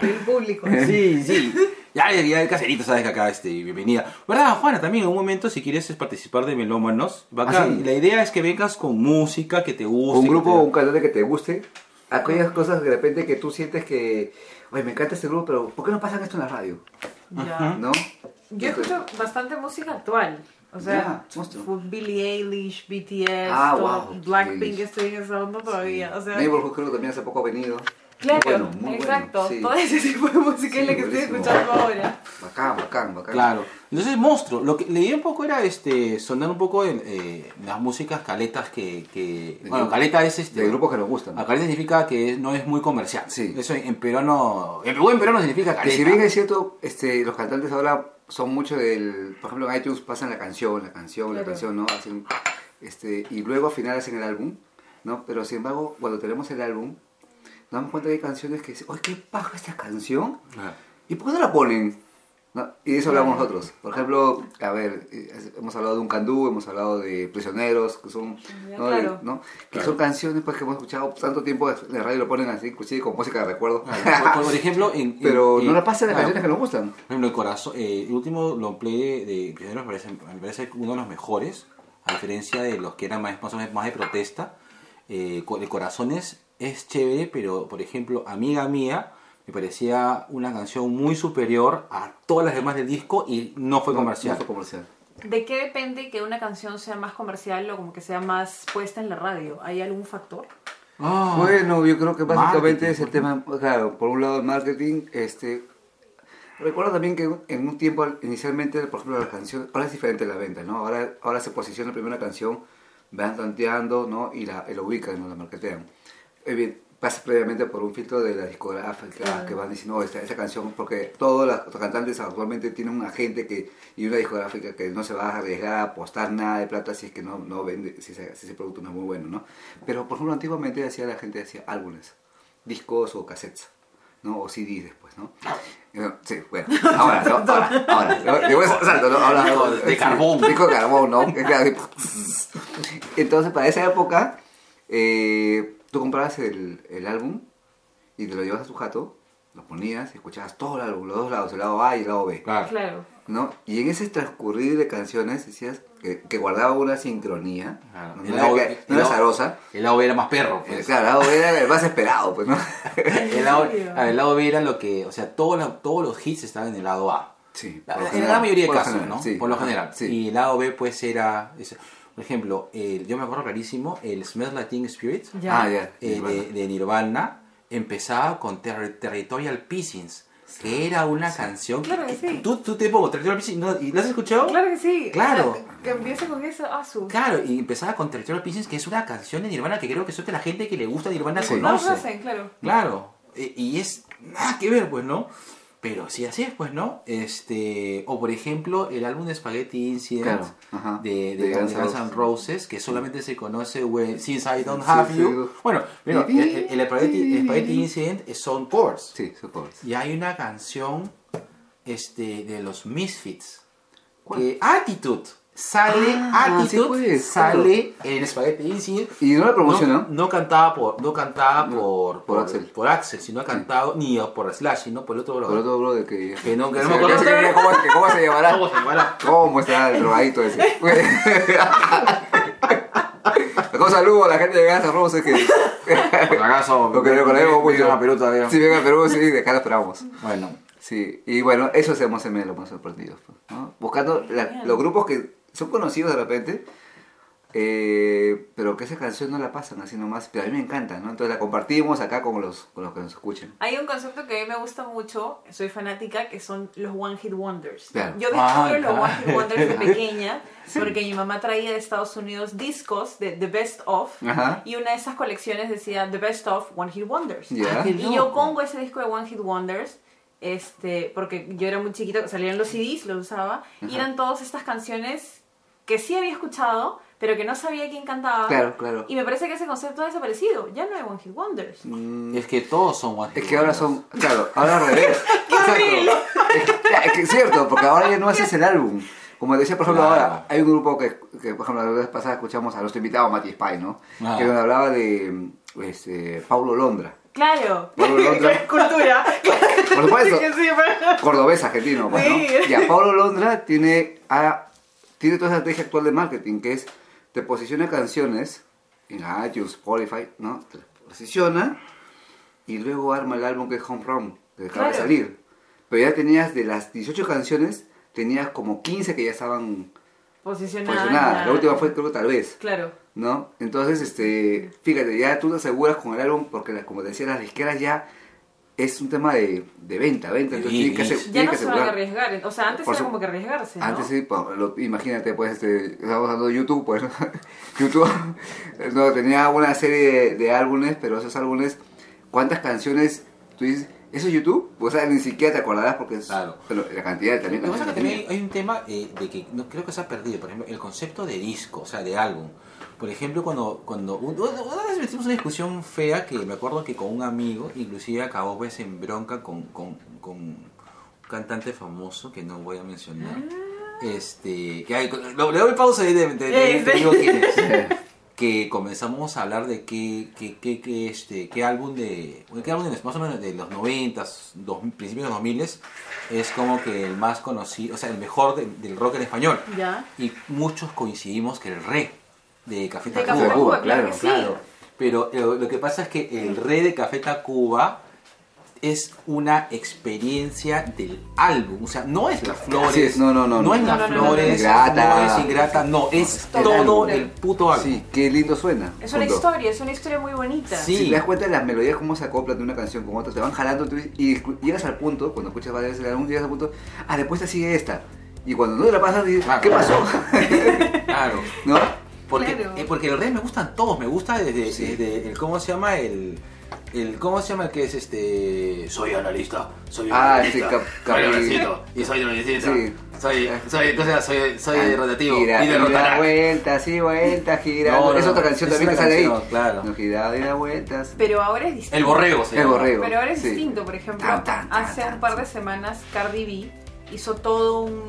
Sí, sí. Ya, ya, ya, el caserito, sabes que acá, este, bienvenida. ¿Verdad, Juana? También en un momento, si quieres es participar de Melómanos, bacán. Ah, sí. La idea es que vengas con música que te guste. un que grupo, te- un cantante que te guste. Aquellas cosas de repente que tú sientes que. Oye, me encanta este grupo, pero ¿por qué no pasan esto en la radio? Ya. ¿No? Yo escucho bastante música actual. O sea, Ya, monstruo. fue Billie Eilish, BTS, Ah, todo- wow, Blackpink, Billie Eilish. estoy en esa onda todavía. O sea, Neighborhood creo que también hace poco ha venido. claro, Muy bueno, muy exacto. bueno, sí. Todo ese tipo de música es la Sí, que buenísimo. estoy escuchando ahora. Bacán, bacán, bacán. Claro. Entonces, monstruo. Lo que leí un poco era este, sonar un poco el, eh, las músicas caletas que. que De bueno, grupo- caleta es este. De grupos que nos gustan. A caleta significa que es- no es muy comercial. Sí. Eso en en peruano. En buen peruano significa Que caleta. si bien es cierto, este, los cantantes ahora son mucho del. Por ejemplo, en iTunes pasan la canción, la canción, la Claro. canción, ¿no? Hacen, este, y luego al final hacen el álbum, ¿no? Pero sin embargo, cuando tenemos el álbum, nos damos cuenta que hay canciones que dicen, ¡ay, qué paja esta canción! Ah. ¿Y por qué no la ponen? ¿No? Y de eso hablamos nosotros. Por ejemplo, a ver, eh, hemos hablado de Un Candú, hemos hablado de Prisioneros, que son, Ya, ¿no? claro. De- ¿no? Que son canciones pues, que hemos escuchado tanto tiempo en la radio, lo ponen así, inclusive con música de recuerdo. Por, por ejemplo, en, en- Pero en- no la pasan las claro. canciones que nos gustan. Por ejemplo, el corazón, eh, el último long play de, de Prisioneros me parece, me parece uno de los mejores, a diferencia de los que eran más, más, o menos más de protesta. Eh, co- el Corazones es chévere, pero por ejemplo, Amiga Mía me parecía una canción muy superior a todas las demás del disco y no fue comercial. No fue comercial. ¿De qué depende que una canción sea más comercial o como que sea más puesta en la radio? ¿Hay algún factor? Ah, Bueno, yo creo que Marketing, básicamente es el ¿no? tema, claro, por un lado el marketing, este... Recuerdo también que en un tiempo, inicialmente, por ejemplo, la canción, ahora es diferente la venta, ¿no? Ahora, ahora se posiciona primero la canción, van tanteando, ¿no? Y la, y la ubican, ¿no? La marketean. Eh bien, pasa previamente por un filtro de la discográfica que van diciendo, "Oh, esta, esta canción, porque todos las- los cantantes actualmente tienen un agente que, y una discográfica que no se va a arriesgar a apostar nada de plata si es que no, no vende, si ese, si ese producto no es muy bueno, ¿no? Pero, por ejemplo, antiguamente hacía la gente hacía álbumes, discos o cassettes. ¿no? O CDs después, ¿no? Ah. Eh, Sí, bueno. Ahora, ¿no? Ahora, ahora. ¿no? Digo, eso, salto, ¿no? Ahora, Disco ahora, de sí, carbón. Disco de carbón, ¿no? Que claro, así, Entonces, para esa época, eh, tú comprabas el, el álbum y te lo llevabas a tu jato, lo ponías y escuchabas todo el álbum, los dos lados, el lado A y el lado B. claro. Claro. ¿no? Y en ese transcurrir de canciones decías que, que guardaba una sincronía, Claro. no, El era, lado- que- no el era lado- zarosa. El lado B era más perro. Eh, pues. Claro, el lado B era el más esperado, pues, ¿no? El lado, serio? a ver, el lado B era lo que, o sea, todo la- todos los hits estaban en el lado A. Sí, La- por lo en general. la mayoría de Por lo casos, general, ¿no? sí. por lo general. Sí. Y el lado B, pues, era. es- Por ejemplo, el- yo me acuerdo clarísimo, el Smells Like Teen Spirit Ya. Ah, ya, eh, Nirvana. de, de Nirvana empezaba con Ter- Territorial Pissings, que era una canción que... Claro que sí. ¿Tú, tú te pongo Territorial Pissings ¿no? y ¿la has escuchado? Claro que sí. Claro. O sea, que- que empiece con eso. Ah, su. Claro, y empezaba con Territorial Pissings, que es una canción de Nirvana que creo que solo que la gente que le gusta Nirvana Ah, No lo conoce. conocen, claro. Claro, e- y es nada que ver, pues, ¿no? Pero sí, así es, pues, ¿no? Este, o por ejemplo, el álbum de Spaghetti Incident Claro, ajá, de, de, de Guns Guns de N' Guns N' Roses, que solamente se conoce when- Since I Don't Have Sí, sí, You. sí. Bueno, mira, el, el- el Spaghetti, el Spaghetti Incident es- son covers. Sí, son covers. Y hay una canción este, de los Misfits. Que Attitude. Sale Ah, Attitude. sí, pues, sale en Spaghetti Incident. Y no la promocionó. No, no cantaba por, no cantaba por, por, Axel. por Axel, sino ha cantado ni por Slash, sino por el otro brother. Por otro brother que... Que no, que no Sí, me que acuerdo. sí, que ¿Cómo, que cómo se llamará? ¿Cómo se llamará? ¿Cómo estará el drogadito ese? Un saludo a la gente de Gaza Rose que... acaso, Lo que reconocemos mucho. vengan a Perú todavía. pues, Sí, vengan a Perú, sí, de acá lo esperamos. Bueno. Sí, y bueno, eso hacemos en medio de los más sorprendidos. pues, ¿no? Buscando la- Genial. los grupos que son conocidos de repente, eh, pero que esa canción no la pasan así nomás. Pero a mí me encanta, ¿no? Entonces la compartimos acá con los, con los que nos escuchan. Hay un concepto que a mí me gusta mucho, soy fanática, que son los One Hit Wonders. Claro. Yo Ah, descubro los claro. One Hit Wonders de pequeña, porque mi mamá traía de Estados Unidos discos de The Best Of, Ajá. y una de esas colecciones decía The Best Of One Hit Wonders. Ya. Ah, qué Y yo loco. pongo ese disco de One Hit Wonders. Este, porque yo era muy chiquita, salían los CDs, los usaba, y Ajá. eran todas estas canciones que sí había escuchado, pero que no sabía quién cantaba. Claro, claro. Y me parece que ese concepto ha desaparecido, ya no hay One Hit Wonders. Es que todos son One Es que ahora son, claro, ahora al revés. Ya, es que es cierto, porque ahora ya no haces el álbum. Como decía, por ejemplo, ahora hay un grupo que, que, por ejemplo, la vez pasada escuchamos a nuestro invitado Mati Spy, ¿no? Ah. Que nos hablaba de este, Paulo Londra. Claro. Pablo Londra. Cultura. Por supuesto. Sí, sí, pero- Cordobés argentino, pues, ¿no? Sí. Ya, Paulo Londra tiene, a- tiene toda esa estrategia actual de marketing que es te posiciona canciones en la iTunes, Spotify, ¿no? Te las posiciona y luego arma el álbum que es Home Run, que acaba de Claro. salir. Pero ya tenías de las 18 canciones, tenías como 15 que ya estaban Posicionada. posicionadas. Pues La última fue, creo, tal vez. Claro. ¿no? Entonces, este, fíjate, ya tú te aseguras con el álbum, porque la- como te decía, las disqueras ya es un tema de, de venta, venta, entonces tienes que, ase- Ya tienes no que se van a asegurar. arriesgar. O sea, antes Por era su- como que arriesgarse. ¿no? Antes sí, pa- lo- imagínate, pues, este, estamos hablando de YouTube, pues, ¿no? YouTube no, tenía una serie de, de álbumes, pero esos álbumes, ¿cuántas canciones tú dices, eso es YouTube? O sea, ni siquiera te acordarás porque es, pero la cantidad también. Lo que pasa es que canciones también hay un tema eh, de que no, creo que se ha perdido, por ejemplo, el concepto de disco, o sea, de álbum. Por ejemplo, cuando, cuando un- una vez metimos una discusión fea que me acuerdo que con un amigo, inclusive acabó pues en bronca con, con, con un cantante famoso que no voy a mencionar. Este, que hay- lo- le doy pausa ahí de, de- de- Sí, te sí. digo quién es. que comenzamos a hablar de qué, qué, qué, qué, este, qué álbum de. bueno, qué álbum de- más o menos de los 90, dos, principios de los 2000 es como que el más conocido, o sea, el mejor de- del rock en español. Ya. Y muchos coincidimos que el re de Café De Tacuba. Café Tacuba, claro que sí. Pero eh, lo que pasa es que el re de Café Tacuba es una experiencia del álbum, o sea, no es las flores, Así es, no, no, no, no es no. las No, no, no, no. flores, Ingrata. no es ingrata, no, es El todo álbum. el puto álbum. Sí, qué lindo suena. Es una punto. historia, es una historia muy bonita. Si te das cuenta de las melodías, cómo se acoplan de una canción con otra, te van jalando tú dices- y escu- llegas al punto, cuando escuchas varias veces el álbum, llegas al punto, ah, después te sigue esta. Y cuando no te la pasas, dices, ¿qué pasó? Claro. ¿No? Porque, Claro. eh, porque los reyes me gustan todos, me gusta desde, desde el cómo se llama el, el cómo se llama el que es este soy analista, soy Ah, analista, este, Cap- Cap- soy analista, y soy analista, Sí. soy, soy, entonces soy, soy rotativo Gira, y y da derrotará. vueltas, y vueltas, gira. No, no, es no, otra canción es también que una sale ahí. canción, Claro. No, gira, y da vueltas. Pero ahora es distinto. El borrego se El llama. borrego. Pero ahora es sí. distinto, por ejemplo, Tan, tan, tan, hace un par de semanas Cardi B hizo todo un-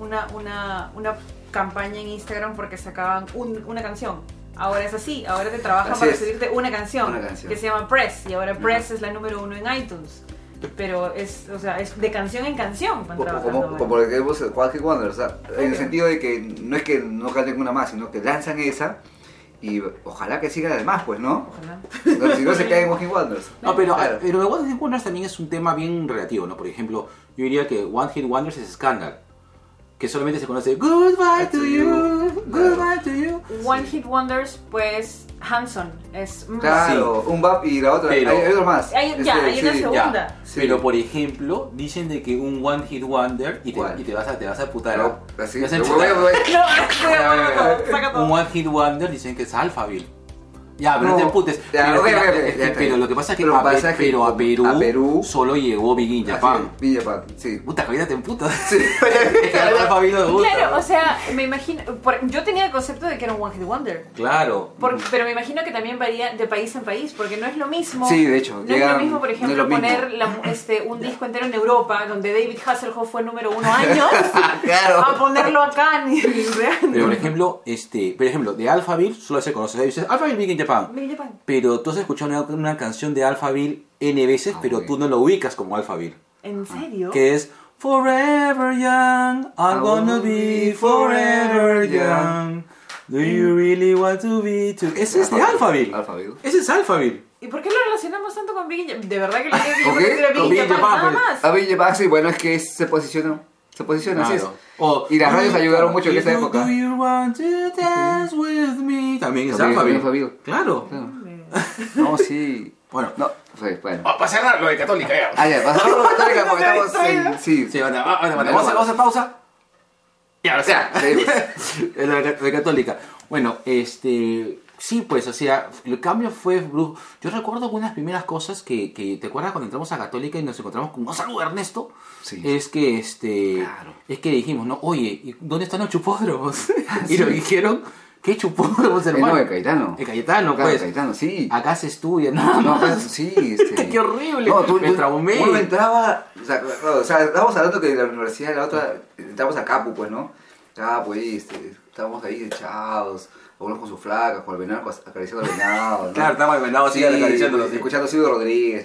una, una, una campaña en Instagram porque sacaban un- una canción. Ahora es así, ahora te trabajan Así para es. recibirte una canción, Una canción. que se llama Press y ahora Press es la número uno en iTunes. Pero es, o sea, es de canción en canción van Como, trabajando como, ahora. como lo que vemos en Quality Wonder, o sea, en el sentido de que no es que no canten una más, sino que lanzan esa y ojalá que sigan además, pues, ¿no? Ojalá. No, si no se caen Walking Wonders. No, pero, eh, Claro. pero el One Hit Wonders también es un tema bien relativo, ¿no? Por ejemplo, yo diría que One Hit Wonders es Scandal. que solamente se conoce Goodbye to you, Goodbye to you. One Hit Wonders, pues Hanson es más. Claro, un bap y la otra. Pero- hay, hay otro más. Este, Hay- ya, hay una segunda. Sí. Pero por ejemplo, dicen de que un one hit wonder y te, y te vas a te vas a putar. Te vas a lo voy- chutar. voy- voy- No, voy a- voy a- voy a- saca todo. Un one hit wonder dicen que es Alphaville. Ya, pero no, No. te emputes. Ya, pero, ok, que- ok, ok, eh, ya está pero bien. lo que pasa es que, Pero a, Pe- pasa que pero a Perú, solo llegó Big in Japan. Big Japan, sí. Puta, cabida te emputas. Sí. es que al Alphaville no le gusta. Claro, o sea, me imagino. por- yo tenía el concepto de que era un One Hit Wonder. Claro. Por- pero me imagino que también varía de país en país, porque no es lo mismo. Sí, de hecho, No es lo llegan- mismo, por no es ejemplo, lo mismo. poner la- este, un disco entero en Europa, donde David Hasselhoff fue número uno años, Claro. a ponerlo acá en Israel. Pero por ejemplo, este, por ejemplo, de Alphaville solo se conoce. Dices Alphaville Big in Japan. Mira, Japan. Pero tú has escuchado una, una canción de Alphaville N veces, Ah, pero tú no lo ubicas como Alphaville. ¿En serio? Que es Forever Young, I'm gonna be forever young. Do you really want to be too? Ese es de Alphaville. Ese es Alphaville. ¿Y por qué lo relacionamos tanto con Big Japan? De verdad que lo creo que yo ¿Por pensé que qué? era Big Japan, pues. nada más. A Big Japan, sí, bueno, es que es- se posicionó. Se posiciona, así es. Claro. O- y las radios ayudaron mucho en esa Do- época. do you want to dance with me? También es Alphaville. También- también es Alphaville. Claro. No, sí. Bueno. No, sí, bueno. Para cerrar lo de Católica, ya. Ah, ya, pasamos a la católica porque estamos en... Sí, Sí, bueno, va- bueno, bueno, vamos a vamos a hacer pausa. Y ahora sea. la, la católica. Bueno, este. Sí, pues, o sea, el cambio fue brusco. Yo recuerdo que una de las primeras cosas que, que- ¿te acuerdas cuando entramos a Católica y nos encontramos con un saludo Ernesto? Es que, este, es que dijimos, ¿no? Oye, ¿y ¿dónde están los chupódromos? y nos dijeron, ¿qué chupódromos, hermano? no, Ah, el Caetano. El Cayetano, Claro, pues. el Caetano, sí. Acá se estudia, nada No, más. sí, este... ¡Qué horrible! No, tú, Me tú- traumé. uno entraba, o sea, no, o sea, estábamos hablando que de la universidad la otra, entramos a Capu, pues, ¿no? Capu, ahí, este, estábamos ahí echados, algunos con sus flacas, con el venado, acariciando al venado, ¿no? Claro, estábamos el venado así, acariciándolo, sí. escuchando a Silvio Rodríguez,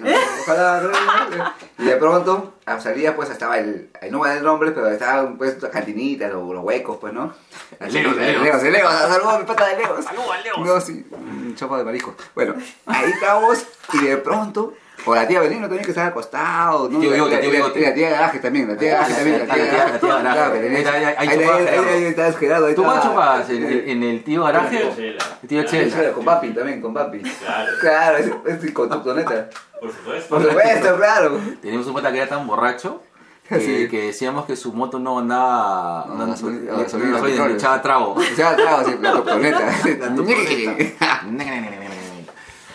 ¿no? Ojalá, ¿no? ¿no? Y de pronto, a salida, pues, estaba el, ahí no me da el nombre, pero estaban, pues, las cantinitas, los, los huecos, pues, ¿no? Leos, de Leos. Leos, de Leos, saludos a mi pata de Leos. Saludos a Leos. No, sí, mm, chapa de marisco. Bueno, ahí estábamos y de pronto, o la tía Veneno también que estaba acostado, ¿no? Tío La- Bigote, la- tío la- Bigote. La tía Garaje también, la tía Garaje también, la Ah, La tía tía- la Garaje. tía Garaje. Claro, Belén. Ahí- ahí- ahí Ahí- chupaba ahí- Gerardo. ahí está Gerardo, ahí ¿Tú cuál está- chupabas? ¿En, en- en el tío garaje? Tío Chela. El tío Chela. Ah, Con papi también, con papi. Claro. Claro, es, es con Tuptoneta. Por supuesto. Por supuesto, claro. Teníamos un pata que era tan borracho que, Sí. que decíamos que su moto no andaba. No, andaba gasolina- gasolina, gasolina, gasolina, petróleo. echaba trago. Echaba trago, sí, la Tuptoneta. La Tuptoneta.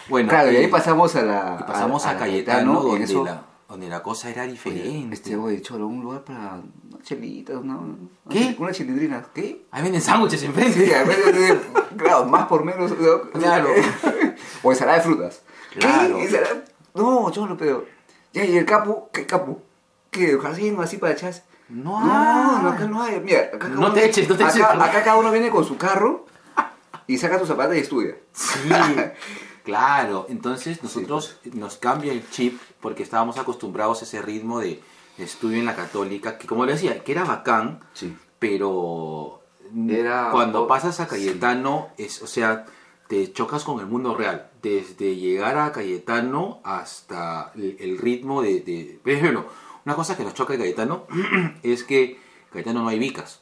bueno, Claro, y ahí eh, pasamos a la. y pasamos a, la Cayetano, y en donde, eso- la, donde la cosa era diferente. Este, oye, cholo, un lugar para unas chelitas, ¿no? ¿Qué? Una chilindrina. ¿Qué? Ahí venden sándwiches enfrente. Sí, a veces, claro, más por menos. ¿no? Claro. O ensalada de frutas. Claro. ¿Qué? Ensalada- No, cholo, pero. Ya, y el capu, ¿qué capu? ¿Qué? ¿El jardín así para echar? No, No, no, acá no hay. Mira, acá cada No uno- te eches, no te acá- eches. Acá cada uno viene con su carro y saca sus zapatos y estudia. Sí, claro. Entonces nosotros pues. nos cambia el chip porque estábamos acostumbrados a ese ritmo de estudio en la católica, que como le decía, que era bacán, pero Era- cuando o- pasas a Cayetano, es, o sea, te chocas con el mundo real. Desde llegar a Cayetano hasta el, el ritmo de, de... Por ejemplo, una cosa que nos choca de Cayetano es que Cayetano no hay vicas.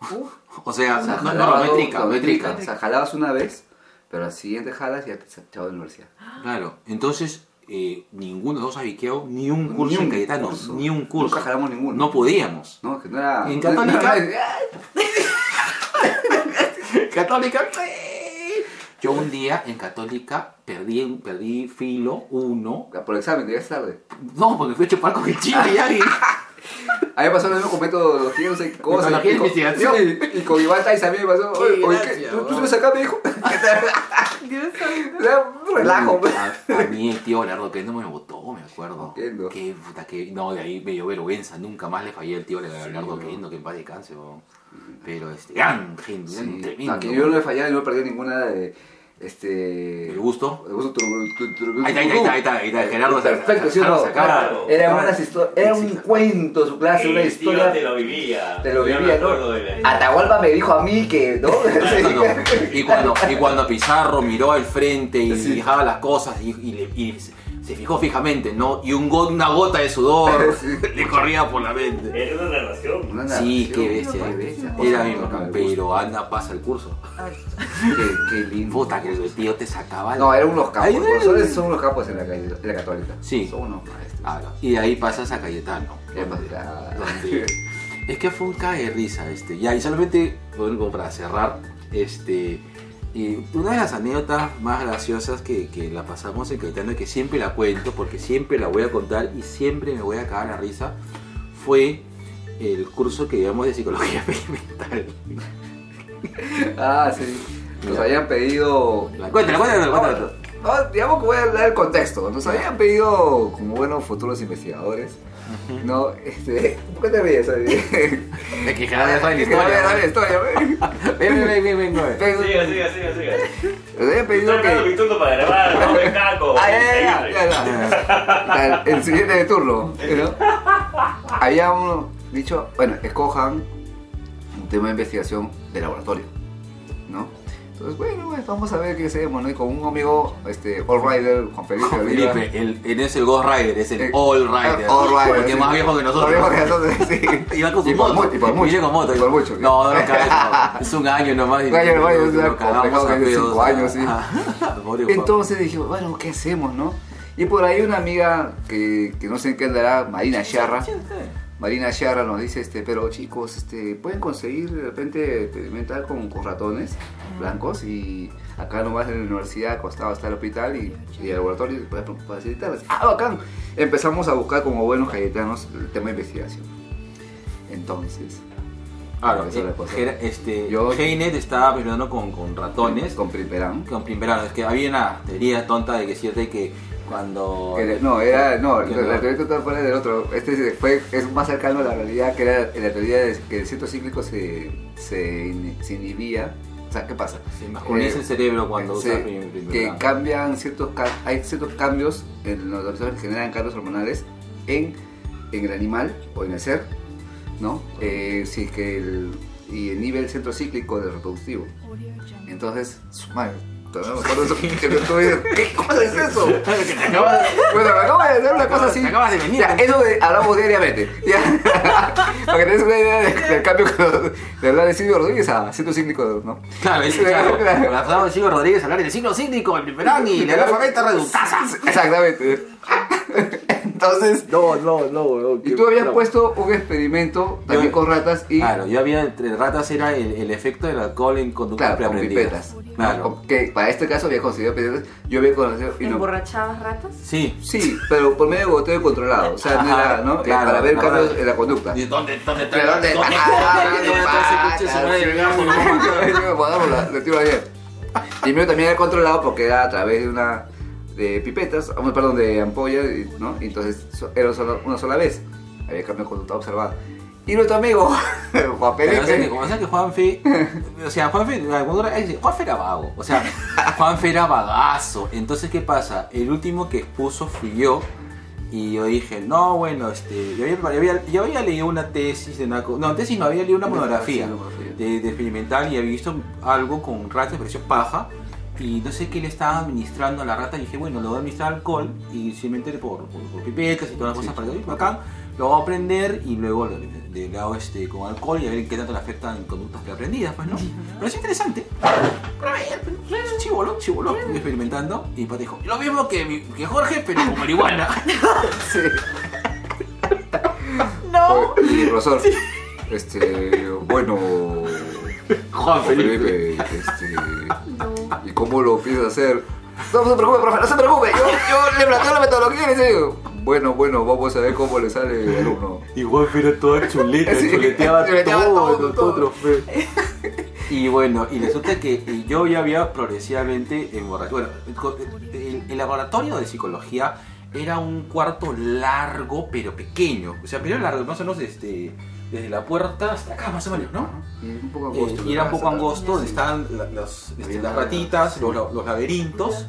O sea, O sea, no, no, jalabas no hay dos, trica, no hay trica. O sea, jalabas una vez, pero al siguiente jalas y ya te has echado de la universidad. Claro, entonces eh, ninguno de los dos ha biqueado ni un curso un en Cayetano, curso. ni un curso. Nunca jalamos ninguno. No podíamos. No, que no era. En Católica. no era- Católica. sí. Yo un día en Católica perdí, perdí filo uno. Ah, Por el examen, llegaste tarde. No, porque fui a chupar con el chile y alguien. A mí me pasó lo mismo con metodología, no sé qué cosa. Metodología de y con- investigación. sí, Y con Iván Tais a mí me pasó. Qué Oye, oye, gracia, ¿qué? ¿Tú, tú weón. subes acá, me dijo? Dios O sea, un Relajo, pues. A, a mí el tío Lardo que no me votó, me acuerdo. Kendo. Qué puta que. No, de ahí me dio vergüenza. Nunca más le fallé al tío Lardo Kendo, que en paz descanse, weón. Pero este, gran gente, gran Sí. tremendo. No, que yo no he fallado y no he perdido ninguna de. Este. El gusto. de gusto tru- tru- tru- Ahí está, ahí está, ahí está, ahí está, Gerardo. Uh, Perfecto, sí, Gerardo no. sacaba- Era, unas histo- era un cuento su clase, una El tío historia. te lo vivía. Te lo Yo vivía, me acuerdo ¿no? de la- Atahualpa me dijo a mí que, ¿no? No, no. Y, cuando, y cuando Pizarro miró al frente y fijaba las cosas y, y le- y se- se fijó fijamente, ¿no? Y un go- una gota de sudor le corría por la mente. Era una narración. Sí, qué bestia, qué bestia. Era mi pero anda, pasa el curso. qué, qué lindo. Puta, que el tío te sacaba. No, eran unos capos. Ay, Los profesores son unos capos en la, calle- en la católica. Ah, Sí. Son unos maestros. Claro. Y de ahí pasas a Cayetano. donde- donde- es que fue un cae de risa este. Ya, y solamente, bueno, como para cerrar, este. Y una de las anécdotas más graciosas que, que la pasamos en Cayetano y que siempre la cuento, porque siempre la voy a contar y siempre me voy a cagar la risa, fue el curso que llevamos de psicología experimental. Ah, sí. Nos habían pedido. Cuéntalo, cuéntalo, cuéntalo. No, digamos que voy a dar el contexto. Nos habían pedido, como buenos futuros investigadores, ¿no? Este, ¿Por qué te ríes? Te quejarás de la historia, la historia. Ven, ven, ven, ven. Siga, siga, siga, siga. Les habían pedido Estoy esperando que. mi turno para grabar, no me cago. Ah, ya, ya, ya, ya, ya. El siguiente de turno. ¿no? Había uno dicho, bueno, escojan un tema de investigación de laboratorio, ¿no? Entonces, bueno, pues, vamos a ver qué hacemos, ¿no? Y con un amigo, este, All Rider, Juan Felipe Juan Oliva. Felipe, el- el- no es el Ghost Rider, es el Eh, All Rider. All Rider, Porque sí. más viejo que nosotros. Más viejo que nosotros, sí. Iba con su Y por moto. mu- y por mucho. Viene con moto. Y por mucho. No, no, no, cabeza, no. es un año nomás. y- Un año nomás, y- o y- sea, nos cagamos como a que pedos, cinco ah, años, sí. ah, pobre Juan. Entonces dije, bueno, ¿qué hacemos, no? Y por ahí una amiga que, que no sé en qué andará, Marina Sharra. Marina Sharra nos dice, este, pero chicos, este, pueden conseguir de repente experimentar con, con ratones blancos y acá nomás en la universidad acostado está el hospital y, y el laboratorio pues, para facilitarles. ¡Ah, bacán! Empezamos a buscar como buenos cayetanos el tema de investigación. Entonces, Claro, empezó la cosa. era- este, Heinet estaba peleando con, con ratones. Con Primperán. Con Primperán. Es que había una teoría tonta de que es cierto que cuando. Que le- no, era, no, que la, la teoría total fue la del otro. Este se fue, es más cercano a la realidad, que era la teoría de que el ciclo cíclico se, se, in- se inhibía. O sea, ¿qué pasa? Se masculiniza el cerebro cuando usa prim- prim- eh, Que prim- cambian ciertos, ca- hay ciertos cambios en los organismos que generan cambios hormonales en, en el animal o en el ser, ¿no? Eh, si es que el, y el nivel centro cíclico del reproductivo. Entonces, su madre. todavía me acuerdo de eso, que tú dices, ¿Qué cosa es eso? Bueno, me acabas de dar una cosa así. acabas de venir. Ya, eso de, hablamos diariamente. Ya. Para que te des una idea de- del cambio que nos- de hablar de Silvio Rodríguez a Cito Cíclico, ¿no? Claro, es claro. Abrazado de Silvio Rodríguez, hablar del ciclo cíclico, el Primperán y la alfabeta reductasa. Exactamente. Entonces. No, no, no, Y tú habías puesto un experimento también con ratas y. Claro, yo había entre ratas era el, el efecto del alcohol en conductas Claro, con preaprendidas. pipetas. ¿no? Que para este caso había conseguido pipetas. Yo había conocido. Y no, ¿Emborrachabas ratas? Sí. Sí, pero por medio de goteo controlado. O sea, no era, ¿no? Eh, Claro, para ver no, cambios no. en la conducta. ¿Y dónde, dónde está? Pero ¿dónde está? Ah, está ese coche? Se sí, va a llegar por un yo me voy a dar la- le tiro ayer. Y mío también era controlado porque era a través de una de pipetas, ah, perdón, de ampollas, y- ¿no? Y Entonces so- era solo- una sola vez. Había cambio de conducta observado. Y nuestro amigo, Juan Pero es que, Felipe, como es que Juanfe, o sea, Juanfe, cuando era- eh, Juanfe era vago, o sea, Juanfe era vagazo. Entonces, ¿qué pasa? El último que expuso fui yo y yo dije, no, bueno, este, yo había, yo había- yo había leído una tesis de una, co- no, tesis no, había leído una monografía de, de experimental y había visto algo con ratas, pareció paja. Y no sé qué le estaba administrando a la rata. Y dije, bueno, le voy a administrar alcohol y simplemente por, por, por pipetas y todas las cosas para que acá. Lo voy a aprender y luego lo- le, le hago este, con alcohol y a ver qué tanto le afecta en conductas preaprendidas, pues no. Pero es interesante. Pero es un chivolo, chivolo, experimentando. Y Pat dijo, lo mismo que, mi- que Jorge, pero con marihuana. no. y el profesor, este, bueno, Juan Felipe, este, ¿y cómo lo piensas hacer? No, no se preocupe, profe, no se preocupe, yo, yo le planteo la metodología y le digo, bueno, bueno, vamos a ver cómo le sale el alumno. Y Juanfe era toda chuleta, Sí, chuleteaba chuleteaba todo, todo, todo, todo. trofeo. Y bueno, y resulta que y yo ya había progresivamente emborrachado. Bueno, el co- eh, el, el laboratorio de psicología era un cuarto largo pero pequeño. O sea, pero era largo, más o menos este, desde la puerta hasta acá, más o menos, ¿no? Y un poco Eh, angosto, y era un ¿verdad? poco angosto, donde estaban la- las, este, las ratitas, los, la- los laberintos,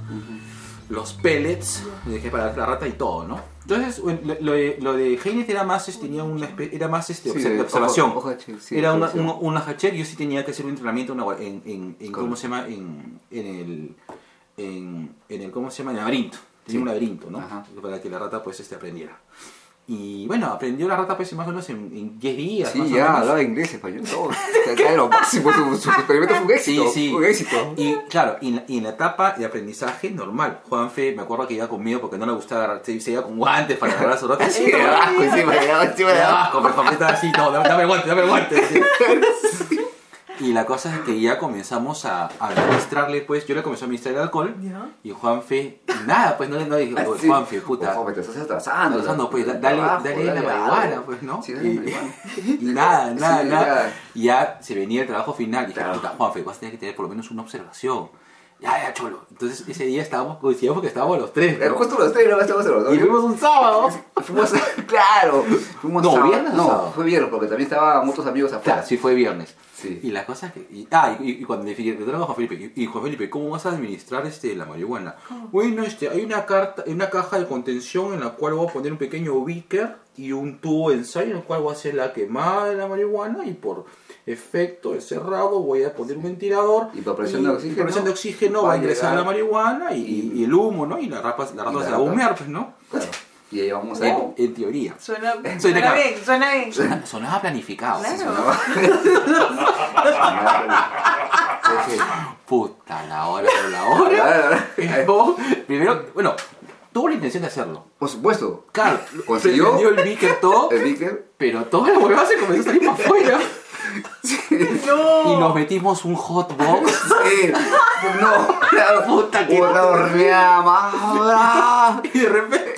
los pellets, dejé para la rata y todo, ¿no? Entonces, bueno, lo, lo de, lo de Heinrich era más, es- tenía una, espe- era más este, Sí, observ- de observación. ojo- ojo de chico, sí, era una, observación. un- una hacher, yo sí tenía que hacer un entrenamiento en, la gua- en, en- en- ¿cómo se llama? En, en el, en, en el, ¿cómo se llama? En el laberinto. Tenía un laberinto, ¿no? Para que la rata pues este aprendiera. Y bueno, aprendió la rata pues más o menos en en 10 días. Sí, más o ya, menos. hablaba inglés, español, todo. Te cae lo máximo, su, su experimento fue un éxito. Sí, sí. fue un éxito. Y claro, y en, la, y en la etapa de aprendizaje normal, Juanfe, me acuerdo que iba conmigo porque no le gustaba agarrar, se, se iba con guantes para agarrar su rata. Sí, de abajo, encima, de abajo, encima, de De abajo. abajo, pero Juanfe estaba así, no, dame dame guantes, dame guantes. así. Y la cosa es que ya comenzamos a a administrarle, pues, yo le comencé a administrar el alcohol y Juanfe, nada, pues no le no, le dije, "Oye, Ah, Sí. Juanfe, puta. Juanfe, te estás atrasando. Atrasando, pues, da- Ah, Dale dale, abajo, dale, dale la abajo. marihuana, pues, ¿no? Sí, dale Y- la marihuana. y nada, nada, Sí, nada. nada. Y ya se venía el trabajo final. Y dije, puta, Juanfe, vas a tener que tener por lo menos una observación. Ya, ya, cholo. Entonces ese día estábamos, coincidimos porque estábamos los tres. Eh, Justo los tres, no estamos en los dos. Y fuimos un sábado. Fuimos, claro. Fuimos No, sábado. viernes o No, sábado. fue viernes, porque también estaban muchos amigos afuera. Claro, sí fue viernes. Y la cosa es que. Y, ah, y, y cuando le dije, le trajo a Juan Felipe, y, y Juan Felipe, ¿cómo vas a administrar este, la marihuana? Bueno, este, hay una carta, una caja de contención en la cual voy a poner un pequeño beaker y un tubo de ensayo en el cual voy a hacer la quemada de la marihuana y por efecto de cerrado voy a poner un ventilador y por presión de oxígeno, por presión de oxígeno va va a a ingresar llegar- la marihuana y, y el humo, ¿no? Y la rapa, la rata la se va a rata. humear, pues, ¿no? Y ahí vamos a En- en teoría. Suena, Suena suena claro. bien, suena bien. Suena- Sonaba planificado. Claro. Entonces, Puta, la hora de la hora. Pero, Eh, primero, bueno, tuvo la intención de hacerlo. Por supuesto. Claro, Consiguió. prendió el beaker todo, El Vicker. pero toda la huevada se comenzó a salir para afuera. Y nos metimos un hot box. Sí. No, la puta que. Una horneada, ahora. Y de repente.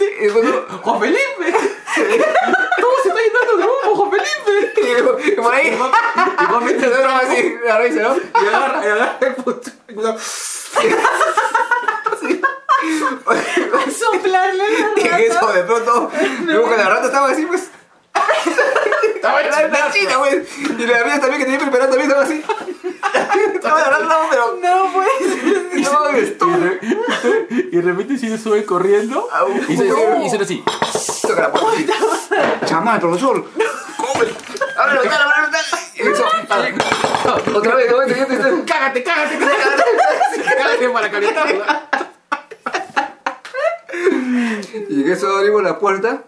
¡Juan Felipe! ¿Cómo se está llenando de humo, Juan Felipe? Y por ahí. Y Juan- y Juan Felipe Pero no, así, la risa, ¿no? Y agarra, y agarra el puto. y uno- Soplarle Y en la eso rata. de pronto, vemos que la rata estaba así, pues. Estaba en la china, güey. Y la mía también que tenía preparada también estaba así. Estaba la rata, no, pero. No, pues. Y estaba estúpido. Y de repente sí se sube corriendo. Y se no. Ah, y suena así. Toca la puerta. Chamán, profesor. Abre la ventana, abre la ventana. Y eso, ah, Otra vez, otra vez, otra vez. Cágate, cágate, cágate. Cágate para calentarla. Y en eso abrimos la puerta.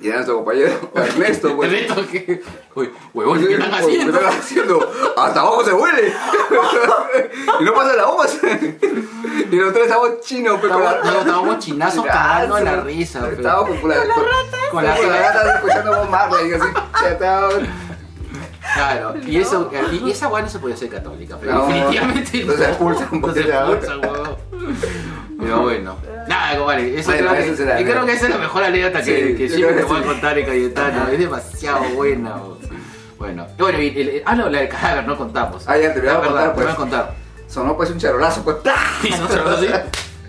Y era nuestro compañero, Ernesto, pues. güey. Ernesto, ¿qué? Uy, huevón, ¿qué están Oye, ¿qué haciendo? están haciendo? Hasta abajo se huele. y no pasa la bomba. y los tres estamos chinos, pero Estábamos- no, estábamos chinazos cagando en la risa, pero- Estábamos con la, con, con la, Con la rata. rata escuchando Bob Marley. Y así, ya estábamos- Claro, y, eso, y esa weá no se podía ser católica, pero No. definitivamente No se expulsan no porque se se ahoga. expulsan, huevón. Pero bueno, nada, compadre, eso Bueno, creo esa que, será, y ¿no? creo que esa es la mejor anécdota Sí, que, que yo siempre te creo que voy a sí. contar en Cayetano, es demasiado buena. huevón. Bueno, y bueno, y el, el- ah, no, la del cadáver no contamos. Ah, ya, te voy a Ah, contar, verdad, Te voy a pues. contar. Sonó pues un charolazo, pues. ¡plá! Y nosotros así,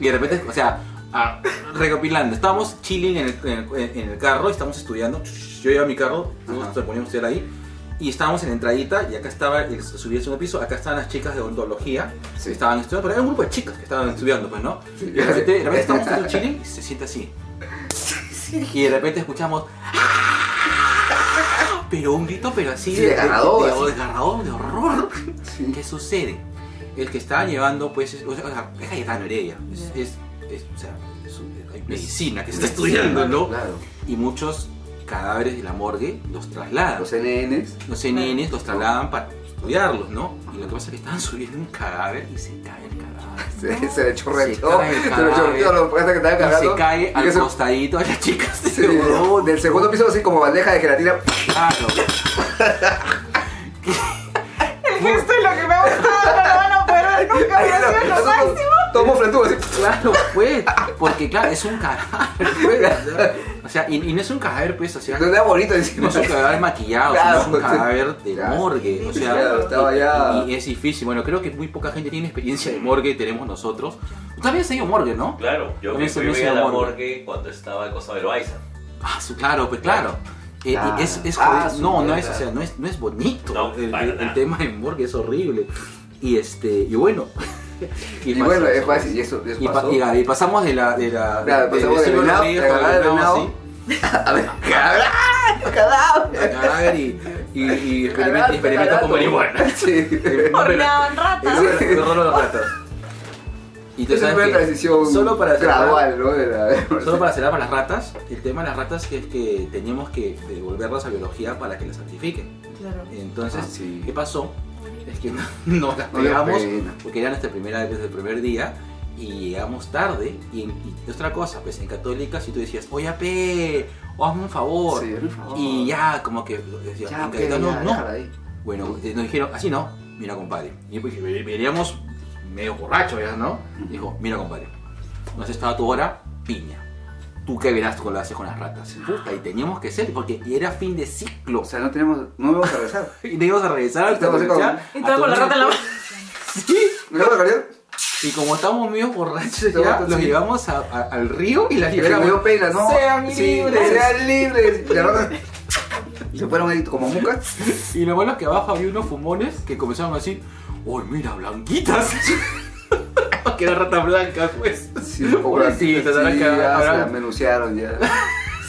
y de repente, o sea, ah, recopilando, estábamos chilling en el, en el- en el carro, estamos estudiando, yo llevaba mi carro, nosotros nos poníamos a estudiar ahí, y estábamos en la entradita, y acá estaba, el, subí al segundo piso, acá estaban las chicas de odontología, que estaban estudiando, pero era un grupo de chicas que estaban estudiando, pues, ¿no? Y de repente, de repente estamos haciendo chilling y se siente así. Y de repente escuchamos... ¡ah! Pero un grito, pero así Sí, desgarrador, de- de- así. desgarrador, de horror. ¿Qué sucede? El que estaba llevando, pues, es, o sea, es Cayetano Heredia. Es, es, es- o sea, es un- hay medicina que se está estudiando, ¿no? Y muchos cadáveres de la morgue los trasladan. Los NNs. Los NNs los trasladan para estudiarlos, ¿no? Y lo que pasa es que estaban subiendo un cadáver y se cae el cadáver. Se, se le chorreteó. Se cae el Se le cadáver. chorreteó la puerta que estaba Y cargando. se cae Y al eso- costadito de las chicas. Sí, del segundo piso, así como bandeja de gelatina. Claro. El gesto es lo que me ha gustado, no lo van a poder nunca. Ahí hubiera sido lo nosotros máximo. Tomó frentudo así. Claro, pues, porque claro, es un cadáver, pues, O sea, y, y no es un cadáver, pues, o sea. No era bonito encima. No es un cadáver maquillado, Claro, sino es un sí. cadáver de Claro. morgue. O sea, Claro, estaba y- ya- y, es difícil. Bueno, creo que muy poca gente tiene experiencia de morgue, tenemos nosotros. Tú también has ido morgue, ¿no? Claro, yo me También fui se a hizo la morgue. morgue cuando estaba el costado de Loaiza. Ah, su- claro, pues claro. Eh, eh, Ah. es, es Ah, jodido. su no, no mierda. es, o sea, no es, no es bonito. No, el, para el- el nada. tema de morgue es horrible. Y este, y bueno. Y bueno, es fácil, y eso- eso y, pa- pasó. y la- y pasamos de la. De la Claro, pasamos del Silvio venado, Rodríguez de a cadáver venado, venado. así. A ver, cadáver. Cadáver. cadáver y, y, y experiment- Cadáver, experimentos con cadáver. marihuana. Sí. Horneaban ratas. Horror de ratas. Y tú Esa sabes fue la que transición solo para gradual, ¿no? De la- solo para cerrar para las ratas, el tema de las ratas es que teníamos que devolverlas a biología para que las santifiquen. Claro. Entonces, Ah, sí. ¿qué pasó? Es que no, no las No dio pegamos pena. porque eran hasta el primer, desde el primer día y llegamos tarde. Y, en- y otra cosa, pues en católica, si tú decías, oye, pe, o hazme un favor, y ya, como que decía, Ya, en pe, Caetano, ya, no. déjala ahí. Bueno, eh, nos dijeron, así no, mira, compadre. Y pues ve- veníamos medio borracho ya, ¿no? Dijo, mira, compadre, no has estado tu hora, piña. Tú qué verás con lo haces con las ratas. Puta, y teníamos que ser, porque era fin de ciclo. O sea, no teníamos, no íbamos a regresar. y no íbamos a regresar al Estamos comercial. con- a Y todo con la tomar- rata en la mano. Sí. Y como estábamos medio borrachos ya, los llevamos a- a- al río y las Es que me liberamos. dio pena, ¿no? Sean Sí, libres. sean libres. La rata- Se fueron ahí como mucas. Y lo bueno es que abajo había unos fumones que comenzaron a decir, ¡Uy, mira, blanquitas! que eran ratas blancas, pues. Sí, pobrecitas, Pobrecitas, ahora sí, que- ya se ahora- la menuciaron ya.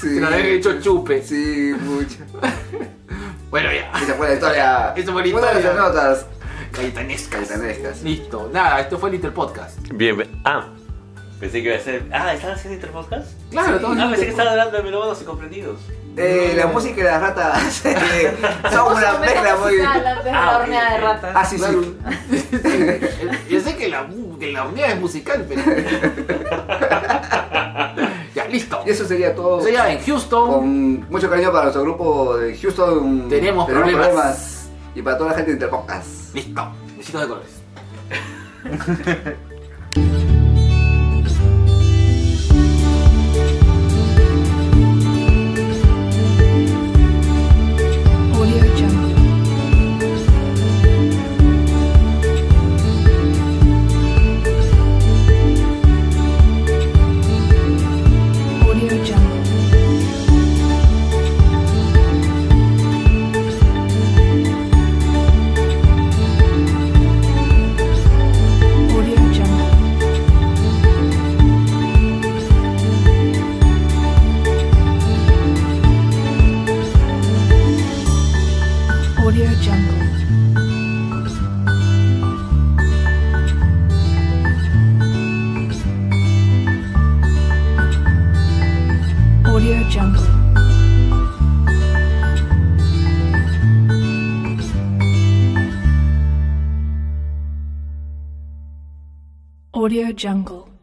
Se la habían hecho chupe. Sí, mucha. Bueno, ya. Esa fue la historia. Esa fue la Una de historia. las notas. Caetanescas. Listo. Nada, esto fue el Interpodcast. Bien, ve- ah. Pensé que iba a ser. Ah, ¿estás haciendo Interpodcast? Claro, Sí. estamos en Ah, pensé que Interpodcast. estaban hablando de melómanos y comprendidos. Eh, la música de las ratas eh, son una mezcla muy. La horneada de ratas. Ah, sí, sí. Yo sé que la, que la unidad es musical, pero. ya, listo. Y eso sería todo. Sería en Houston. Con mucho cariño para nuestro grupo de Houston. Tenemos problemas. Y para toda la gente de Interpodcast. Listo. Besitos de colores. Audio Jungle. Audio Jungle. Audio Jungle.